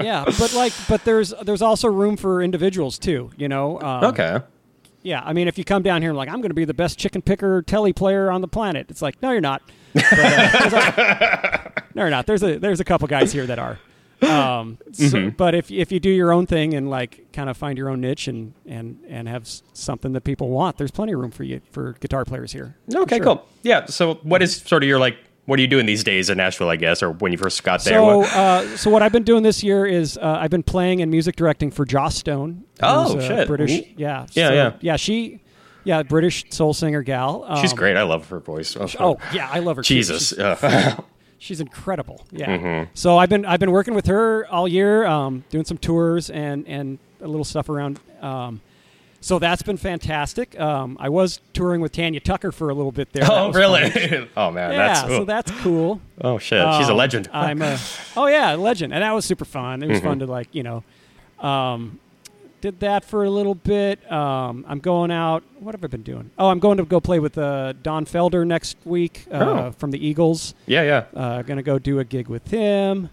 Speaker 3: yeah, but like, but there's there's also room for individuals too. You know. Um,
Speaker 2: okay.
Speaker 3: Yeah, I mean, if you come down here and like, I'm going to be the best chicken picker telly player on the planet. It's like, no, you're not. But, uh, there's a-
Speaker 2: *laughs*
Speaker 3: no, you're not. There's a there's a couple guys here that are. Um, so-
Speaker 2: Mm-hmm.
Speaker 3: But if if you do your own thing and like kind of find your own niche and and and have s- something that people want, there's plenty of room for you for guitar players here. for
Speaker 2: Okay,
Speaker 3: sure.
Speaker 2: cool. Yeah. So, what is sort of your like? What are you doing these days in Nashville? I guess, or when you first got there?
Speaker 3: So,
Speaker 2: What-
Speaker 3: uh, so what I've been doing this year is uh, I've been playing and music directing for Joss Stone.
Speaker 2: Oh,
Speaker 3: who's a
Speaker 2: shit.
Speaker 3: British,
Speaker 2: Ooh.
Speaker 3: yeah,
Speaker 2: Yeah,
Speaker 3: so-
Speaker 2: yeah.
Speaker 3: She, yeah, British soul singer gal. Um,
Speaker 2: she's great. I love her voice. Oh,
Speaker 3: Oh yeah, I love her.
Speaker 2: *laughs*
Speaker 3: too.
Speaker 2: Jesus. Mm-hmm.
Speaker 3: She's,
Speaker 2: Ugh.
Speaker 3: she's incredible. Yeah. So I've been I've been working with her all year, um, doing some tours and and a little stuff around. Um, so that's been fantastic. Um, I was touring with Tanya Tucker for a little bit there. That
Speaker 2: *laughs* Oh,
Speaker 3: was
Speaker 2: really?
Speaker 3: fun.
Speaker 2: *laughs* oh man,
Speaker 3: Yeah.
Speaker 2: that's
Speaker 3: so
Speaker 2: ooh.
Speaker 3: that's
Speaker 2: *laughs*
Speaker 3: cool.
Speaker 2: oh shit, she's a
Speaker 3: Um,
Speaker 2: legend.
Speaker 3: I'm a oh yeah, a legend, and that was super fun. It was
Speaker 2: Mm-hmm.
Speaker 3: fun to like you know, um, did that for a little bit. Um, I'm going out. What have I been doing? Oh, I'm going to go play with uh, Don Felder next week uh,
Speaker 2: Oh.
Speaker 3: from the Eagles.
Speaker 2: yeah, yeah.
Speaker 3: Uh, gonna go do a gig with him.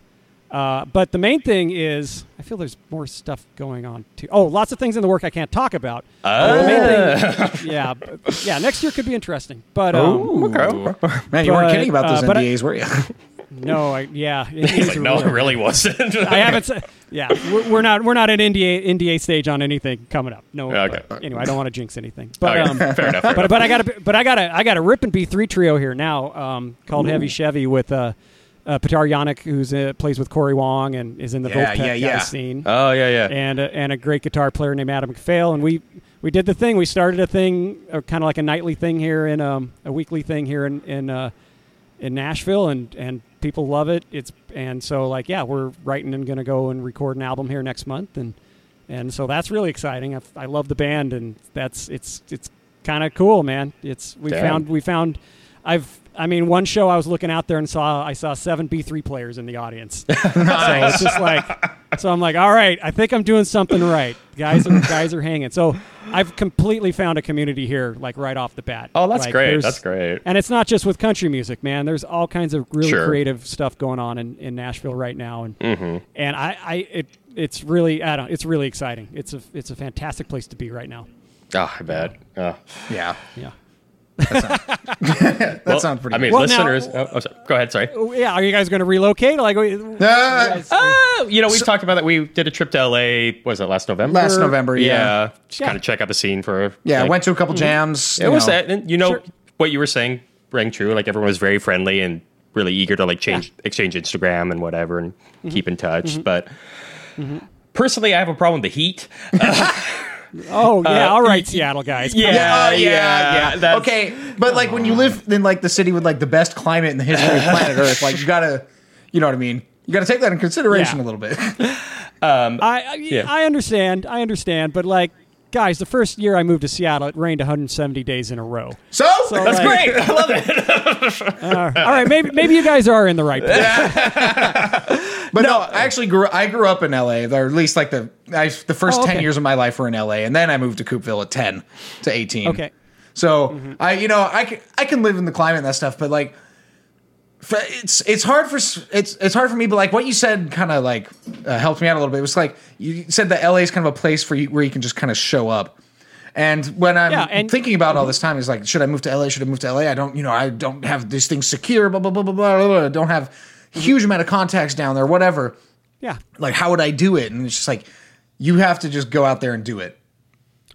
Speaker 3: Uh, but the main thing is, I feel there's more stuff going on too. Oh, lots of things in the work I can't talk about.
Speaker 2: Ah.
Speaker 3: Uh, the
Speaker 2: *laughs*
Speaker 3: main thing, yeah, but- yeah. Next year could be interesting, but um,
Speaker 2: Oh.
Speaker 1: Ooh.
Speaker 2: okay.
Speaker 1: Man, you weren't
Speaker 3: But,
Speaker 1: kidding about those
Speaker 3: uh, but I-
Speaker 1: NDAs,
Speaker 3: *laughs*
Speaker 1: were you?
Speaker 3: no, I, yeah.
Speaker 2: *laughs*
Speaker 3: it
Speaker 2: He's
Speaker 3: is
Speaker 2: like, no, it
Speaker 3: real.
Speaker 2: really *laughs* wasn't.
Speaker 3: I haven't. Said, yeah, we're, we're not. We're not at NDA NDA stage on anything coming up. No.
Speaker 2: Okay.
Speaker 3: but Anyway, I don't want to jinx anything. But
Speaker 2: Okay,
Speaker 3: um,
Speaker 2: fair enough. Fair
Speaker 3: but
Speaker 2: enough.
Speaker 3: but I got a but I got a I got a Rip and B three trio here now um, called Heavy Chevy with uh, uh, Pitar Yannick who's uh, plays with Corey Wong and is in the
Speaker 1: Yeah,
Speaker 3: Volpet
Speaker 1: yeah,
Speaker 3: guy
Speaker 1: yeah.
Speaker 3: scene
Speaker 2: Oh yeah, yeah.
Speaker 3: and a, and a great guitar player named Adam McPhail. And we we did the thing. We started a thing, or kind of like a nightly thing here in um, a weekly thing here in in, uh, in Nashville, and and people love it. It's and so like yeah, we're writing and going to go and record an album here next month, and and so that's really exciting. I, I love the band, and that's it's it's kind of cool, man. It's we
Speaker 2: Damn.
Speaker 3: found we found I've. I mean, one show I was looking out there and saw I saw seven B three players in
Speaker 2: *laughs*
Speaker 3: the audience. So it's just like, so I'm like, all right, I think I'm doing something right. Guys are guys are hanging. So I've completely found a community here, like right off the bat.
Speaker 2: oh, that's
Speaker 3: Like,
Speaker 2: great.
Speaker 3: there's-
Speaker 2: That's great.
Speaker 3: And it's not just with country music, man. There's all kinds of really
Speaker 2: Sure.
Speaker 3: creative stuff going on in, in Nashville right now, and and I, I it it's really I don't it's really exciting. It's a it's a fantastic place to be right now.
Speaker 2: Oh, I bet. Oh.
Speaker 1: yeah.
Speaker 3: Yeah.
Speaker 1: That sounds pretty
Speaker 2: I mean,
Speaker 1: good.
Speaker 3: Well,
Speaker 2: listeners. oh, oh, sorry. Go ahead. Sorry.
Speaker 3: Oh, yeah. Are you guys going to relocate? Like, oh, we-
Speaker 1: Uh,
Speaker 2: Uh, you know, we've talked about that. We did a trip to LA. What was that last November?
Speaker 1: Last November, yeah.
Speaker 2: Just
Speaker 3: Yeah.
Speaker 2: kind of check out the scene for.
Speaker 1: yeah, I
Speaker 2: like, mm-hmm.
Speaker 1: went to a couple jams.
Speaker 2: It
Speaker 1: you
Speaker 2: was
Speaker 1: know.
Speaker 2: that, and you know
Speaker 3: Sure.
Speaker 2: what you were saying rang true. Like everyone was very friendly and really eager to like change exchange Instagram and whatever and keep in touch. But personally, I have a problem with the heat.
Speaker 3: oh yeah. all right, Seattle guys. Come on.
Speaker 1: Yeah, yeah,
Speaker 2: yeah,
Speaker 1: yeah.
Speaker 2: that's-
Speaker 1: okay, but like when you live in like the city with like the best climate in the history of
Speaker 2: *laughs*
Speaker 1: planet Earth, like you gotta, you know what I mean? You gotta take that in consideration a
Speaker 3: Yeah.
Speaker 1: little bit. *laughs*
Speaker 3: I I, I understand. I understand. But like, guys, the first year I moved to Seattle, it rained 170 days in a row.
Speaker 1: So,
Speaker 3: That's like-
Speaker 2: Great, I love it.
Speaker 3: Uh, all right, maybe maybe you guys are in the right place.
Speaker 1: *laughs* but no, I actually grew. I grew up in L.A. Or at least like the I, the first
Speaker 3: Oh,
Speaker 1: ten
Speaker 3: okay.
Speaker 1: years of my life were in L.A. And then I moved to Coopville at ten to eighteen.
Speaker 3: Okay.
Speaker 1: So
Speaker 3: Mm-hmm.
Speaker 1: I, you know, I can I can live in the climate and that stuff, but like, for, it's it's hard for s- it's it's hard for me. But like what you said, kind of like uh, helped me out a little bit. It was like you said that LA is kind of a place for you where you can just kind of show up. And when I'm
Speaker 3: Yeah, and- Mm-hmm.
Speaker 1: thinking about all this time, is like, should I move to LA? Should I move to LA? I don't, you know, I don't
Speaker 3: Mm-hmm.
Speaker 1: have these things secure. Blah blah blah blah blah. blah, blah. I don't have huge amount of contacts down there. Whatever.
Speaker 3: Yeah.
Speaker 1: like how would I do it? And it's just like you have to just go out there and do it.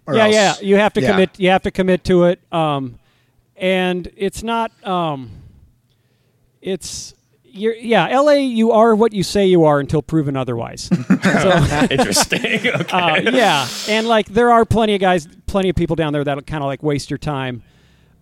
Speaker 1: Or
Speaker 3: yeah,
Speaker 1: else-
Speaker 3: yeah. You have to
Speaker 1: yeah.
Speaker 3: commit. You have to commit to it. Um, and it's not. Um, it's you're yeah. L.A. You are what you say you are until proven otherwise.
Speaker 1: *laughs*
Speaker 2: Interesting. *laughs* okay.
Speaker 3: uh, yeah, and like there are plenty of guys, plenty of people down there that'll kind of like waste your time,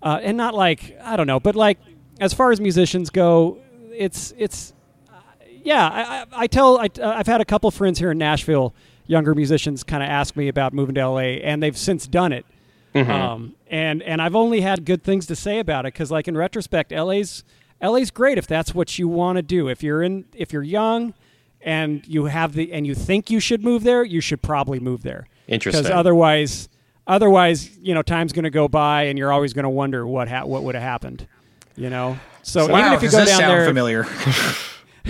Speaker 3: uh, and not like I don't know, but like as far as musicians go, it's it's uh, yeah. I, I, I tell I, uh, I've had a couple friends here in Nashville, younger musicians, kind of ask me about moving to LA, and they've since done it.
Speaker 1: Mm-hmm.
Speaker 3: Um, and and I've only had good things to say about it because like in retrospect, LA's LA's great if that's what you want to do. If you're in if you're young and you have the and you think you should move there, you should probably move there.
Speaker 2: Interesting.
Speaker 3: Because otherwise, otherwise, you know, time's going to go by and you're always going to wonder what ha- what would have happened. You know. So even
Speaker 1: Wow,
Speaker 3: if you
Speaker 1: does
Speaker 3: go
Speaker 1: this
Speaker 3: down
Speaker 1: sound
Speaker 3: there,
Speaker 1: familiar?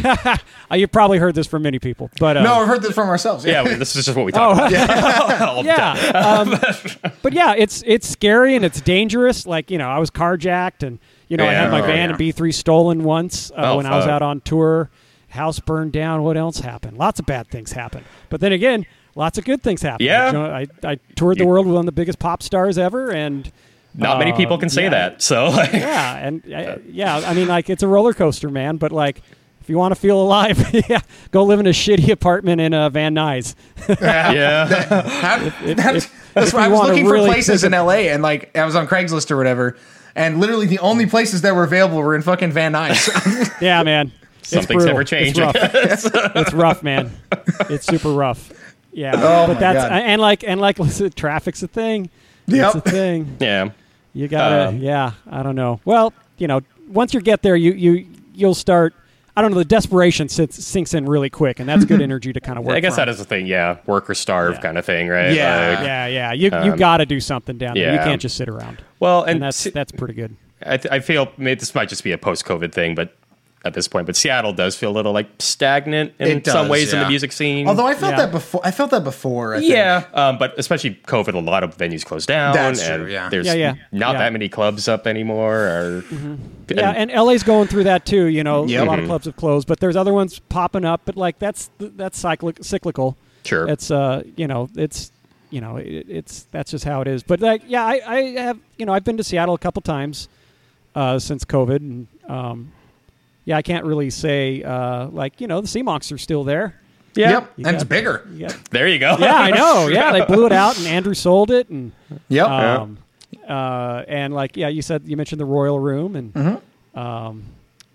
Speaker 3: Uh, you've probably heard this from many people, but uh,
Speaker 1: *laughs* no, I've heard this from ourselves.
Speaker 2: yeah, well, this is just what we talk about. All the time.
Speaker 3: yeah.
Speaker 2: *laughs*
Speaker 3: Um, but yeah, it's it's scary and it's dangerous. Like you know, I was carjacked and you know I had
Speaker 2: Yeah.
Speaker 3: my
Speaker 2: Oh,
Speaker 3: van
Speaker 2: yeah.
Speaker 3: and B three stolen once uh,
Speaker 2: Oh,
Speaker 3: when I was
Speaker 2: fuck.
Speaker 3: out on tour. House burned down. What else happened? Lots of bad things happened. But then again, lots of good things happened.
Speaker 2: Yeah.
Speaker 3: You know, I, I toured the
Speaker 2: You-
Speaker 3: world with one of the biggest pop stars ever, and
Speaker 2: Not many
Speaker 3: uh,
Speaker 2: people can say
Speaker 3: yeah.
Speaker 2: that. So, *laughs* like,
Speaker 3: Yeah, and I, yeah, I mean, like it's a roller coaster, man. But like, if you want to feel alive, *laughs* yeah, go live in a shitty apartment in uh, Van Nuys.
Speaker 1: *laughs*
Speaker 2: yeah.
Speaker 1: How- that's that's
Speaker 3: if
Speaker 1: why I
Speaker 3: you
Speaker 1: was
Speaker 3: wanna
Speaker 1: looking
Speaker 3: really
Speaker 1: for places
Speaker 3: *laughs*
Speaker 1: in LA and like I was on Craigslist or whatever, and literally the only places that were available were in fucking Van
Speaker 3: *laughs*
Speaker 1: Nuys.
Speaker 3: Yeah, man. It's
Speaker 2: Something's
Speaker 3: brutal.
Speaker 2: never changing. *laughs*
Speaker 3: It's rough. it's rough, man. It's super rough. Yeah,
Speaker 1: Oh
Speaker 3: but
Speaker 1: my
Speaker 3: that's
Speaker 1: God.
Speaker 3: and like and like *laughs* listen, traffic's a thing.
Speaker 1: Yep.
Speaker 3: It's a thing.
Speaker 2: yeah.
Speaker 3: You gotta.
Speaker 2: Um,
Speaker 3: yeah, I don't know. Well, you know, once you get there, you you you'll start. I don't know. The desperation sits, sinks in really quick, and
Speaker 1: *laughs*
Speaker 3: that's good energy to kind of work.
Speaker 2: I guess
Speaker 3: from.
Speaker 2: that is the thing. Yeah. Work or starve
Speaker 3: Yeah.
Speaker 2: kind of thing, right?
Speaker 1: Yeah.
Speaker 2: Like,
Speaker 3: Yeah, yeah. You you got to do something down there. You
Speaker 2: Um, yeah.
Speaker 3: can't just sit around.
Speaker 2: well, and,
Speaker 3: And that's
Speaker 2: Se-
Speaker 3: that's pretty good.
Speaker 2: I, th- I feel maybe this might just be a post COVID thing, but at this point, but Seattle does feel a little like stagnant in
Speaker 1: It does,
Speaker 2: some ways in the
Speaker 1: yeah.
Speaker 2: music scene.
Speaker 1: Although I felt
Speaker 3: Yeah.
Speaker 1: that before, I felt that before. I think.
Speaker 2: Yeah, um, but especially COVID, a lot of venues closed down.
Speaker 1: That's
Speaker 2: and
Speaker 1: true, yeah. Mm-hmm.
Speaker 2: There's
Speaker 3: Yeah, yeah.
Speaker 2: not
Speaker 3: Yeah.
Speaker 2: that many clubs up anymore. Or,
Speaker 3: Yeah, and LA's going through that too. You know,
Speaker 1: Yep.
Speaker 3: a lot of clubs have closed, but there's other ones popping up. But like that's that's cyclic, cyclical.
Speaker 2: Sure.
Speaker 3: It's uh, you know, it's you know, it, it's that's just how it is. But like, yeah, I, I have you know, I've been to Seattle a couple times uh, since COVID, and um, yeah, I can't really say uh, like you know, the sea monster's still there.
Speaker 2: yeah.
Speaker 1: Yep.
Speaker 3: You
Speaker 1: and it's
Speaker 3: got-
Speaker 1: bigger.
Speaker 3: Yeah,
Speaker 2: There you go.
Speaker 3: yeah,
Speaker 2: *laughs*
Speaker 3: I know. Yeah, they blew it out, and Andrew sold it, and
Speaker 1: Yep.
Speaker 3: um, uh, and like yeah, you said you mentioned the Royal Room and um,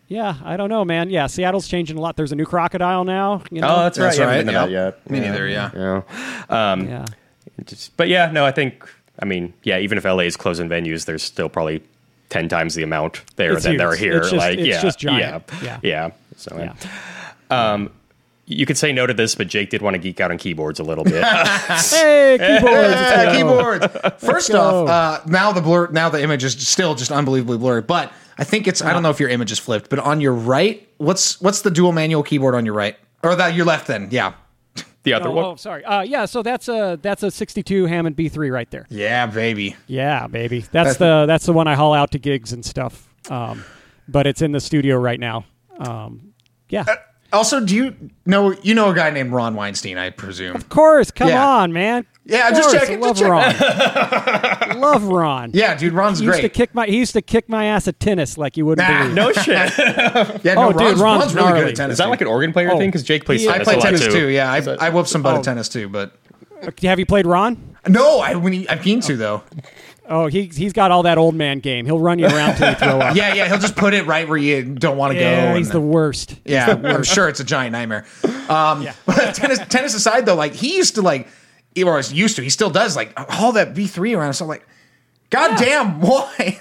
Speaker 3: yeah, I don't know, man. Yeah, Seattle's changing a lot. There's a new crocodile now. You know?
Speaker 2: Oh, that's right.
Speaker 1: That's
Speaker 2: I
Speaker 1: right,
Speaker 2: haven't been to that
Speaker 1: yeah.
Speaker 2: yet.
Speaker 1: Me neither, yeah.
Speaker 2: yeah. Um,
Speaker 3: yeah.
Speaker 2: Just- but yeah, no, I think, I mean, yeah, even if LA is closing venues, there's still probably 10 times the amount there
Speaker 3: It's
Speaker 2: that there are
Speaker 3: huge.
Speaker 2: here.
Speaker 3: It's just-
Speaker 2: like,
Speaker 3: it's
Speaker 2: yeah,
Speaker 3: just giant.
Speaker 2: yeah.
Speaker 3: Yeah.
Speaker 2: Yeah. So,
Speaker 3: Yeah.
Speaker 2: um, you could say no to this, but Jake did want to geek out on keyboards a little
Speaker 1: *laughs*
Speaker 2: bit.
Speaker 3: Hey,
Speaker 1: Yeah,
Speaker 3: keyboards. *laughs* let's go.
Speaker 1: keyboards. First
Speaker 3: go.
Speaker 1: off, uh, now the blur, now the image is still just unbelievably blurry. But I think it's I don't know if your image is flipped, but on your right, what's what's the dual manual keyboard on your right or that your left? Then yeah,
Speaker 2: the other
Speaker 3: Oh,
Speaker 2: one.
Speaker 3: oh, sorry. Uh, yeah, so that's a that's a 62 Hammond B3 right there.
Speaker 1: yeah, baby.
Speaker 3: Yeah, baby. That's the that's the one I haul out to gigs and stuff. Um, but it's in the studio right now. Um, yeah.
Speaker 1: Uh,
Speaker 3: Of
Speaker 1: Also, do you know you know a guy named Ron Weinstein? I presume.
Speaker 3: course. Come
Speaker 1: Yeah.
Speaker 3: on, man.
Speaker 1: Yeah,
Speaker 3: Of
Speaker 1: just
Speaker 3: course,
Speaker 1: checking,
Speaker 3: I Love
Speaker 1: just *laughs*
Speaker 3: Ron. love Ron.
Speaker 1: Yeah, dude, Ron's
Speaker 3: He used to
Speaker 1: great.
Speaker 3: kick my he used to kick my ass at tennis like you wouldn't
Speaker 1: Nah,
Speaker 3: believe.
Speaker 1: *laughs*
Speaker 2: No shit.
Speaker 1: yeah, no,
Speaker 3: Oh,
Speaker 1: Ron's,
Speaker 3: dude, Ron's
Speaker 1: Ron's really good
Speaker 3: gnarly.
Speaker 1: at tennis.
Speaker 2: Is that
Speaker 1: dude.
Speaker 2: like an organ player thing? Because Jake plays
Speaker 3: Oh. Yeah.
Speaker 2: tennis
Speaker 1: I play
Speaker 2: a lot
Speaker 1: tennis
Speaker 2: too.
Speaker 1: too. Yeah, I, I whooped some butt
Speaker 3: Oh.
Speaker 1: at tennis too, but
Speaker 3: Have you played Ron?
Speaker 1: no, I when I've keen to though.
Speaker 3: Oh, he he's got all that old man game. He'll run you around till you
Speaker 1: *laughs*
Speaker 3: throw up.
Speaker 1: Yeah, yeah, he'll just put it right where you don't want to go.
Speaker 3: Yeah,
Speaker 1: and
Speaker 3: he's
Speaker 1: then-
Speaker 3: the worst.
Speaker 1: Yeah, I'm sure Oh, it's a giant nightmare. Um, *laughs* but tennis, tennis aside, though, like he used to like, or is used to, he still does like haul that B three around. So I'm like, God damn, *laughs* why?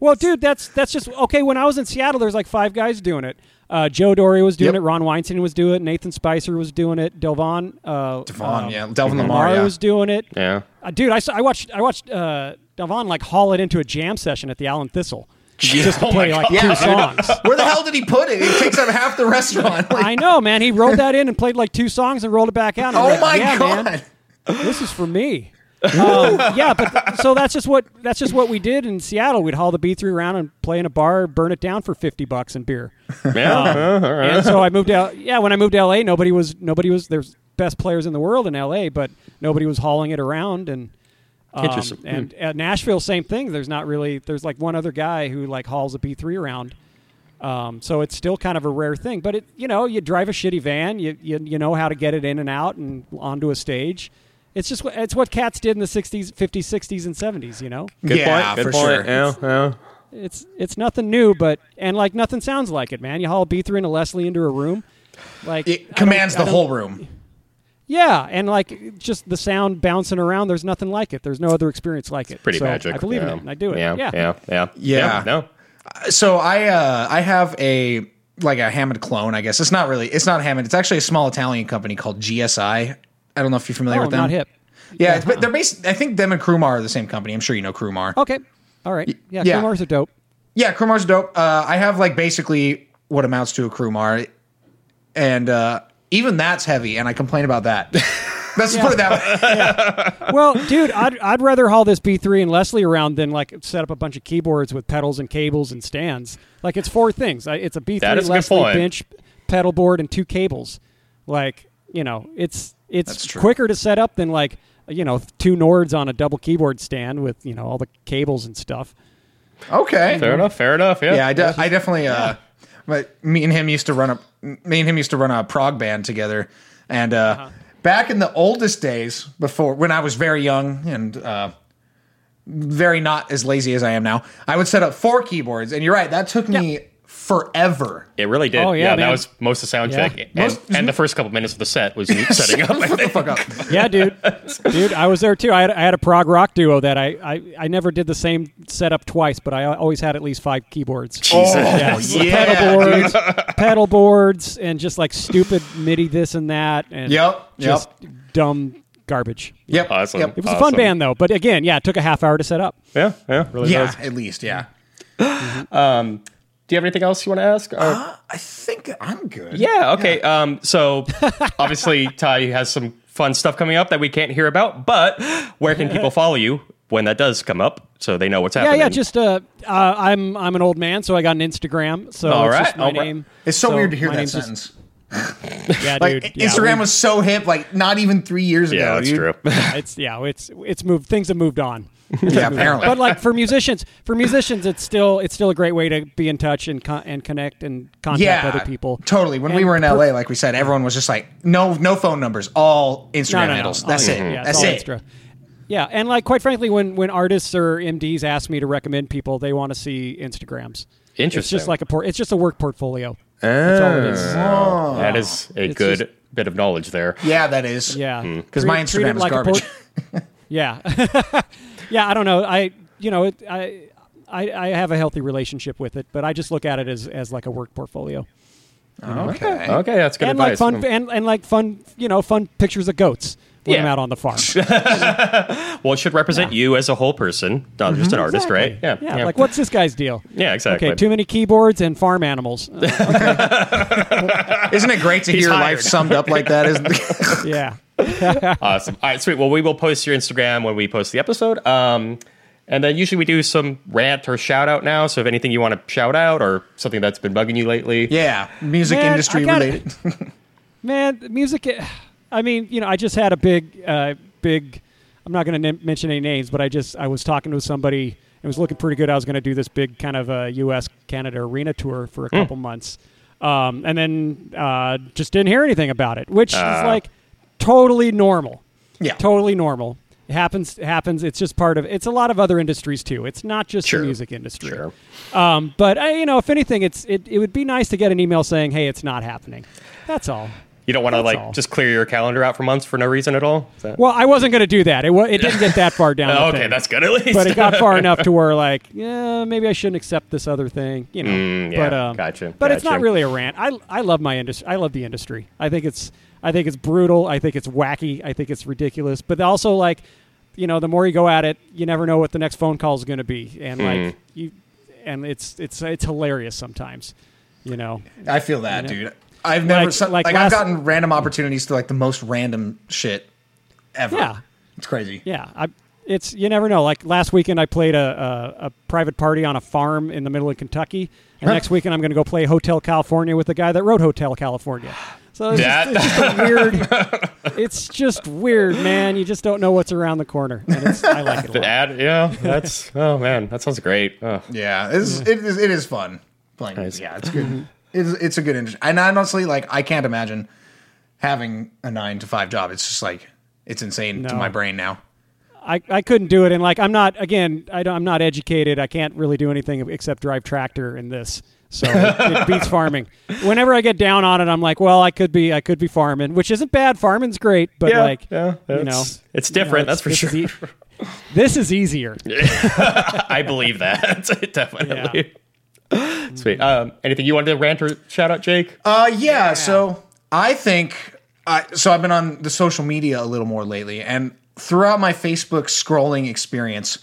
Speaker 3: Well, dude, that's that's just okay. When I was in Seattle, there's like five guys doing it. Uh, Joe Dory was doing
Speaker 1: Yep.
Speaker 3: it. Ron Weinstein was doing it. Nathan Spicer was doing it. Delvon uh,
Speaker 1: Devon,
Speaker 3: uh,
Speaker 1: yeah, Delvin Lamar,
Speaker 3: Lamar
Speaker 1: yeah.
Speaker 3: was doing it.
Speaker 2: Yeah.
Speaker 3: Uh, dude, I, saw, I watched I watched uh, Delvon like haul it into a jam session at the Allen
Speaker 1: *laughs*
Speaker 3: Thistle just to
Speaker 2: oh
Speaker 3: play
Speaker 2: my
Speaker 3: like
Speaker 2: God.
Speaker 3: two
Speaker 1: Yeah.
Speaker 3: songs.
Speaker 1: *laughs* Where the hell did he put it? It takes up half the restaurant. Like,
Speaker 3: *laughs* I know, man. He rolled that in and played like two songs and rolled it back out. And I'm
Speaker 1: oh
Speaker 3: like,
Speaker 1: my
Speaker 3: yeah,
Speaker 1: god,
Speaker 3: man, this is for me. um, yeah, but so that's just what that's just what we did in Seattle. We'd haul the B three around and play in a bar, burn it down for fifty bucks and beer.
Speaker 2: Yeah,
Speaker 3: Oh.
Speaker 2: uh, all right.
Speaker 3: And so I moved out. Yeah, when I moved to LA, nobody was nobody was there's best players in the world in LA, but nobody was hauling it around. And um,
Speaker 2: Interesting.
Speaker 3: And at Nashville, same thing. There's not really there's like one other guy who like hauls a B three around. Um, so it's still kind of a rare thing, but it you know you drive a shitty van, you you, you know how to get it in and out and onto a stage. It's just what- it's what cats did in the '60s, '50s, '60s, and '70s. You know,
Speaker 2: Good
Speaker 1: yeah,
Speaker 2: point. Good
Speaker 1: for
Speaker 2: point.
Speaker 1: sure.
Speaker 2: Yeah, yeah.
Speaker 3: it's it's nothing new, but and like nothing sounds like it, man. You haul a B3 and a Leslie into a room, like I
Speaker 1: It
Speaker 3: don't-
Speaker 1: commands
Speaker 3: I
Speaker 1: the
Speaker 3: don't-
Speaker 1: whole room.
Speaker 3: Yeah, and like just the sound bouncing around. There's nothing like it. There's no other experience like it.
Speaker 2: Pretty
Speaker 3: So
Speaker 2: magic.
Speaker 3: I believe
Speaker 2: yeah.
Speaker 3: in it. and I do it.
Speaker 2: Yeah, yeah, yeah, yeah.
Speaker 1: Yeah.
Speaker 2: no.
Speaker 1: So I uh, I have a like a Hammond clone. I guess it's not really it's not Hammond. It's actually a small Italian company called GSI. I don't know if you're familiar
Speaker 3: Oh,
Speaker 1: with them.
Speaker 3: not hip.
Speaker 1: Yeah, it's- but they're based. I think them and Krumar are the same company. I'm sure you know Krumar.
Speaker 3: Okay. All right. Yeah.
Speaker 1: yeah.
Speaker 3: Kumars are dope.
Speaker 1: Yeah, Krumar's dope. Uh, I have like basically what amounts to a Krumar, and uh, even that's heavy. And I complain about that. *laughs* Let's put it that way.
Speaker 3: Well, dude, I'd, I'd rather haul this B3 and Leslie around than like set up a bunch of keyboards with pedals and cables and stands. Like it's four things. I- It's a B3
Speaker 2: That is a good
Speaker 3: Leslie
Speaker 2: point.
Speaker 3: bench, pedal board, and two cables. Like you know, it's it's
Speaker 1: true.
Speaker 3: quicker to set up than like you know two Nords on a double keyboard stand with you know all the cables and stuff.
Speaker 1: Okay.
Speaker 2: Fair enough. Fair enough. Yeah.
Speaker 1: Yeah, I, de- I definitely. Uh, But me and him used to run a me and him used to run a prog band together, and uh,
Speaker 3: Uh-huh.
Speaker 1: back in the oldest days, before when I was very young and uh, very not as lazy as I am now, I would set up four keyboards. And you're right, that took me forever.
Speaker 2: It really did.
Speaker 3: Oh, yeah,
Speaker 2: yeah, that
Speaker 3: man.
Speaker 2: was most of the sound
Speaker 3: Yeah.
Speaker 2: check, and,
Speaker 1: Most-
Speaker 2: and the first couple minutes of the set was
Speaker 3: *laughs*
Speaker 2: me setting up. I
Speaker 1: What the
Speaker 2: think.
Speaker 1: fuck up?
Speaker 2: *laughs*
Speaker 3: yeah, dude, dude, I was there too. I had, I had a prog rock duo that I, I, I never did the same setup twice, but I always had at least five keyboards.
Speaker 1: *laughs* Oh,
Speaker 3: pedal
Speaker 1: yeah. dude.
Speaker 3: boards, pedal boards, and just like stupid MIDI this and that, and
Speaker 1: Yep, yep.
Speaker 3: just dumb garbage.
Speaker 1: Yep.
Speaker 2: Awesome.
Speaker 1: Yep.
Speaker 3: It was a fun
Speaker 2: Awesome.
Speaker 3: band though, but again, yeah, it took a half hour to set up.
Speaker 2: Yeah, yeah, really
Speaker 1: Yeah,
Speaker 2: does.
Speaker 1: at least, yeah.
Speaker 2: Do you have anything else you want to ask?
Speaker 1: *gasps*
Speaker 2: Or-
Speaker 1: I think I'm good.
Speaker 2: yeah. Okay. Um. So
Speaker 3: *laughs*
Speaker 2: obviously, Ty has some fun stuff coming up that we can't hear about. But where can people follow you when that does come up, so they know what's
Speaker 3: Yeah,
Speaker 2: happening?
Speaker 3: yeah, just uh, uh, I'm I'm an old man, so I got an Instagram. So
Speaker 2: All
Speaker 3: it's
Speaker 2: right,
Speaker 3: just my
Speaker 2: all right.
Speaker 3: name.
Speaker 1: It's so, weird to hear
Speaker 3: my
Speaker 1: that
Speaker 3: name's
Speaker 1: sentence.
Speaker 3: just- yeah,
Speaker 1: like
Speaker 3: dude. yeah,
Speaker 1: Instagram
Speaker 3: we- *laughs*
Speaker 1: was so hip, like not even three years ago.
Speaker 2: yeah, that's
Speaker 1: dude.
Speaker 2: true.
Speaker 3: It's yeah, it's it's moved. Things have moved on.
Speaker 1: Yeah, apparently.
Speaker 3: but like for musicians, for musicians, it's still it's still a great way to be in touch and con- and connect and contact
Speaker 1: yeah,
Speaker 3: other people.
Speaker 1: Totally. When we
Speaker 3: And
Speaker 1: were in
Speaker 3: per-
Speaker 1: LA, like we said, everyone was just like, no, no phone numbers, all Instagram
Speaker 3: No, no, no.
Speaker 1: handles.
Speaker 3: Oh,
Speaker 1: That's
Speaker 3: yeah,
Speaker 1: it.
Speaker 3: yeah, it's
Speaker 1: that's
Speaker 3: all
Speaker 1: it.
Speaker 3: extra. Yeah, and like quite frankly, when when artists or MDs ask me to recommend people, they want to see Instagrams. It's
Speaker 2: Interesting.
Speaker 3: just like a port. It's just a work portfolio. That's all it is.
Speaker 1: Ah.
Speaker 2: that is a
Speaker 3: It's
Speaker 2: good
Speaker 3: just-
Speaker 2: bit of knowledge there.
Speaker 1: Yeah, that is.
Speaker 3: Yeah,
Speaker 1: Because Hmm. my
Speaker 3: Treat- treat
Speaker 1: Instagram
Speaker 3: it
Speaker 1: is
Speaker 3: like a
Speaker 1: garbage.
Speaker 3: port- *laughs* yeah, *laughs* yeah. I don't know. I you know it, I. I, I have a healthy relationship with it, but I just look at it as, as like a work portfolio. *laughs*
Speaker 1: okay.
Speaker 2: Okay, that's good
Speaker 3: and
Speaker 2: advice.
Speaker 3: like fun
Speaker 1: Hmm.
Speaker 3: and, and like fun you know fun pictures of goats when
Speaker 2: Yeah.
Speaker 3: i'm out on the
Speaker 1: *laughs*
Speaker 3: farm
Speaker 2: well, it should represent you as a whole person, not just an artist, right?
Speaker 3: yeah, Mm-hmm. yeah like what's this guy's deal
Speaker 2: Yeah, *laughs* exactly.
Speaker 3: okay too many keyboards and farm animals Uh,
Speaker 1: *laughs* Isn't it great to hear your
Speaker 2: hired.
Speaker 1: life summed up like that?
Speaker 3: *laughs*
Speaker 1: Isn't it?
Speaker 3: yeah
Speaker 2: Awesome. All right, sweet. Well, we will post your Instagram when we post the episode. Um, and then usually we do some rant or shout out now. So if anything you want to shout out or something that's been bugging you lately,
Speaker 1: yeah, music
Speaker 3: Man, I
Speaker 1: industry
Speaker 3: gotta-
Speaker 1: related. *laughs*
Speaker 3: man the music i- i mean you know i just had a big uh, big i'm not going to n- mention any names but i just i was talking to somebody it was looking pretty good i was going to do this big kind of a us canada arena tour for a couple months um, and then uh, just didn't hear anything about it which
Speaker 2: Ah.
Speaker 3: is like totally normal
Speaker 1: Yeah.
Speaker 3: totally normal it happens it happens it's just part of it's a lot of other industries too it's not just
Speaker 2: Sure.
Speaker 3: the music industry
Speaker 2: Sure.
Speaker 3: um, but uh, you know if anything it's it, it would be nice to get an email saying hey it's not happening that's all
Speaker 2: you don't want to
Speaker 3: That's
Speaker 2: like
Speaker 3: all.
Speaker 2: just clear your calendar out for months for no reason at all. Is that-
Speaker 3: Well, I wasn't going to do that. It wa- it didn't get that
Speaker 2: *laughs*
Speaker 3: far down. the
Speaker 2: Oh, okay,
Speaker 3: thing.
Speaker 2: that's good at least.
Speaker 3: *laughs* But it got far enough to where like, yeah, maybe I shouldn't accept this other thing. You know.
Speaker 2: Mm, yeah,
Speaker 3: but, um,
Speaker 2: gotcha,
Speaker 3: But it's not
Speaker 2: gotcha.
Speaker 3: really a rant. I I love my industry. I love the industry. I think it's I think it's brutal. I think it's wacky. I think it's ridiculous. But also like, you know, the more you go at it, you never know what the next phone call is going to be, and
Speaker 2: Mm.
Speaker 3: like you, and it's it's it's hilarious sometimes. You know.
Speaker 1: I feel that, dude. I've never
Speaker 3: Like-
Speaker 1: so-
Speaker 3: like
Speaker 1: like,
Speaker 3: last-
Speaker 1: I've gotten random opportunities to like the most random shit ever.
Speaker 3: Yeah.
Speaker 1: It's crazy.
Speaker 3: Yeah, I, it's you never know. Like last weekend, I played a, a, a private party on a farm in the middle of Kentucky, and
Speaker 1: Huh.
Speaker 3: next weekend I'm going to go play Hotel California with the guy that wrote Hotel California. So
Speaker 2: *laughs*
Speaker 3: it's,
Speaker 2: That-
Speaker 3: *laughs* just, it's just a weird. it's just weird, man. You just don't know what's around the corner, and it's, I like it a lot.
Speaker 2: Ad, yeah, that's oh man, that sounds great. Ugh.
Speaker 1: Yeah, it's, it is it is fun playing.
Speaker 2: Nice.
Speaker 1: Yeah, it's good. it's it's a good industry, and honestly, like I can't imagine having a nine to five job. It's just like it's insane to
Speaker 3: No.
Speaker 1: my brain now.
Speaker 3: I, I couldn't do it, and like I'm not again. I don't, I'm not educated. I can't really do anything except drive tractor in this. So it,
Speaker 2: *laughs*
Speaker 3: it beats farming. Whenever I get down on it, I'm like, well, I could be, I could be farming, which isn't bad. Farming's great, but
Speaker 2: Yeah,
Speaker 3: like,
Speaker 2: yeah,
Speaker 3: you know,
Speaker 2: it's- it's different, that's for
Speaker 3: this
Speaker 2: sure.
Speaker 3: is e- this is easier.
Speaker 2: I believe that *laughs* definitely.
Speaker 3: Yeah.
Speaker 2: Sweet. Um, anything you wanted to rant or shout out, Jake?
Speaker 1: Uh, yeah, So I think I so I've been on the social media a little more lately, and throughout my Facebook scrolling experience,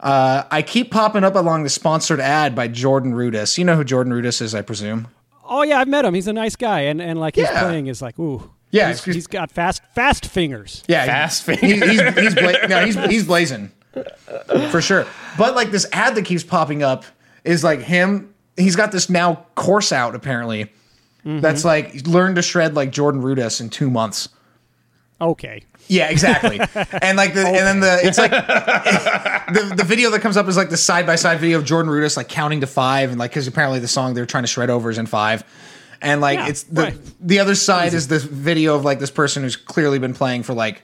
Speaker 1: uh, I keep popping up along the sponsored ad by Jordan Rudess. You know who Jordan Rudess is, I presume.
Speaker 3: Oh yeah, I've met him. He's a nice guy, and and like he's
Speaker 1: Yeah.
Speaker 3: playing is like, ooh,
Speaker 1: Yeah,
Speaker 3: he's,
Speaker 1: he's-
Speaker 3: he's got fast, fast fingers.
Speaker 1: Yeah,
Speaker 2: Fast
Speaker 1: he-
Speaker 2: finger.
Speaker 1: He's he's, he's, bla- no,
Speaker 2: *laughs*
Speaker 1: he's he's blazing for sure. But like this ad that keeps popping up is like him. He's got this now course out apparently.
Speaker 2: Mm-hmm.
Speaker 1: That's like learn to shred like Jordan Rudess in two months.
Speaker 3: Okay,
Speaker 1: Yeah, exactly. and like the and then the
Speaker 2: *laughs*
Speaker 1: it's like the the video that comes up is like the side by side video of Jordan Rudess like counting to five and like because apparently the song they're trying to shred over is in five. And like
Speaker 3: Yeah,
Speaker 1: it's the
Speaker 3: right.
Speaker 1: the other side is this video of like this person who's clearly been playing for like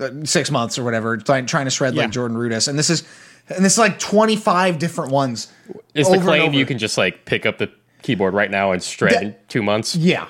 Speaker 1: uh, six months or whatever, trying, trying to shred
Speaker 3: Yeah.
Speaker 1: like Jordan Rudess. And this is and this is like twenty five different ones.
Speaker 2: Is
Speaker 1: over
Speaker 2: the
Speaker 1: and
Speaker 2: claim
Speaker 1: over.
Speaker 2: you can just like pick up the keyboard right now and shred
Speaker 1: That-
Speaker 2: in two months?
Speaker 1: Yeah.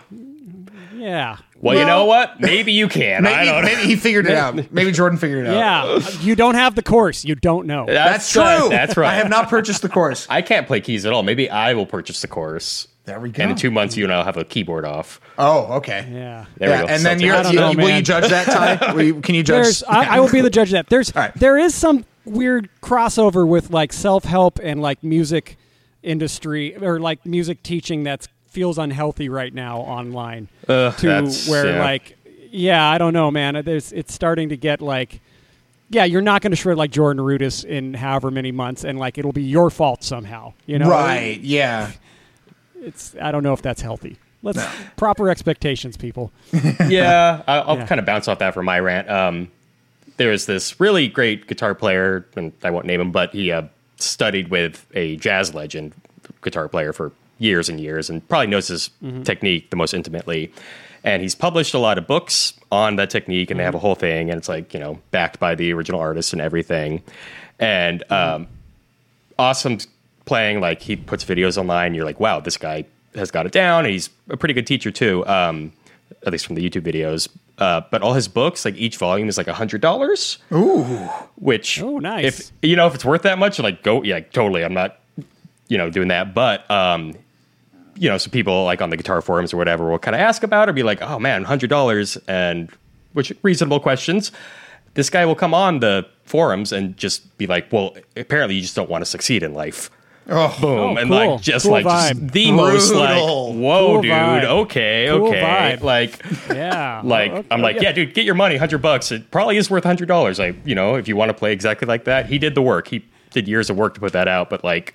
Speaker 3: yeah,
Speaker 2: Well, you
Speaker 1: Well-
Speaker 2: know what? Maybe you can. I
Speaker 1: Maybe,
Speaker 2: don't know.
Speaker 1: maybe he figured it
Speaker 3: *laughs*
Speaker 1: out. Maybe Jordan figured it out.
Speaker 2: *laughs*
Speaker 3: yeah. you don't have the course, you don't know.
Speaker 1: That's,
Speaker 2: uh,
Speaker 1: true.
Speaker 2: that's right.
Speaker 1: I have not purchased the course.
Speaker 2: I can't play keys at all. Maybe I will purchase the course.
Speaker 1: There we go.
Speaker 2: And in two months, you and I'll have a keyboard off.
Speaker 1: Oh, okay.
Speaker 3: Yeah.
Speaker 2: There
Speaker 1: yeah,
Speaker 2: we go.
Speaker 1: and then
Speaker 2: Celtic.
Speaker 1: you're,
Speaker 3: I don't
Speaker 1: you,
Speaker 3: know,
Speaker 1: will you
Speaker 3: man.
Speaker 1: judge that,
Speaker 3: *laughs*
Speaker 1: Ty? Will you- can you judge?
Speaker 3: There's, I, I will be the judge of that. There's,
Speaker 1: All right.
Speaker 3: there is some weird crossover with like self help and like music industry or like music teaching that feels unhealthy right now online. to
Speaker 2: that's-
Speaker 3: where
Speaker 2: yeah.
Speaker 3: like, yeah, I don't know, man. There's, it's starting to get like, yeah, you're not going to shred like Jordan Rudess in however many months, and like it'll be your fault somehow. You
Speaker 1: *laughs*
Speaker 3: know,
Speaker 1: right. Yeah.
Speaker 3: It's I don't know if that's healthy. Let's proper expectations, people. *laughs*
Speaker 2: *laughs* yeah, I- I'll
Speaker 3: Yeah.
Speaker 2: kind of bounce off that for my rant. Um, there is this really great guitar player, and I won't name him, but he uh, studied with a jazz legend guitar player for years and years, and probably knows his technique the most intimately. And he's published a lot of books on that technique, and they have a whole thing, and it's like you know backed by the original artist and everything. And um, awesome playing. Like he puts videos online. You're like, wow, this guy has got it down. And he's a pretty good teacher too, um, at least from the YouTube videos. Uh, but all his books, like each volume is like a hundred dollars. Ooh, which
Speaker 3: Oh, nice.
Speaker 2: If you know if it's worth that much, like go yeah, totally. I'm not you know doing that, but um, you know, so people like on the guitar forums or whatever will kind of ask about or be like, oh man, hundred dollars, and which reasonable questions. This guy will come on the forums and just be like, well, apparently you just don't want to succeed in life.
Speaker 1: Oh,
Speaker 2: Boom,
Speaker 3: Oh,
Speaker 2: and
Speaker 3: cool.
Speaker 2: like just
Speaker 3: Cool
Speaker 2: like just
Speaker 3: vibe.
Speaker 2: the
Speaker 1: Brutal.
Speaker 2: most like, whoa,
Speaker 3: Cool
Speaker 2: dude,
Speaker 3: vibe.
Speaker 2: okay,
Speaker 3: Cool
Speaker 2: okay,
Speaker 3: vibe.
Speaker 2: like.
Speaker 3: Yeah,
Speaker 2: Like
Speaker 3: *laughs* Okay.
Speaker 2: I'm like, yeah, dude, get your money, hundred bucks. It probably is worth hundred dollars. I, you know, if you want to play exactly like that, he did the work. He did years of work to put that out. But like,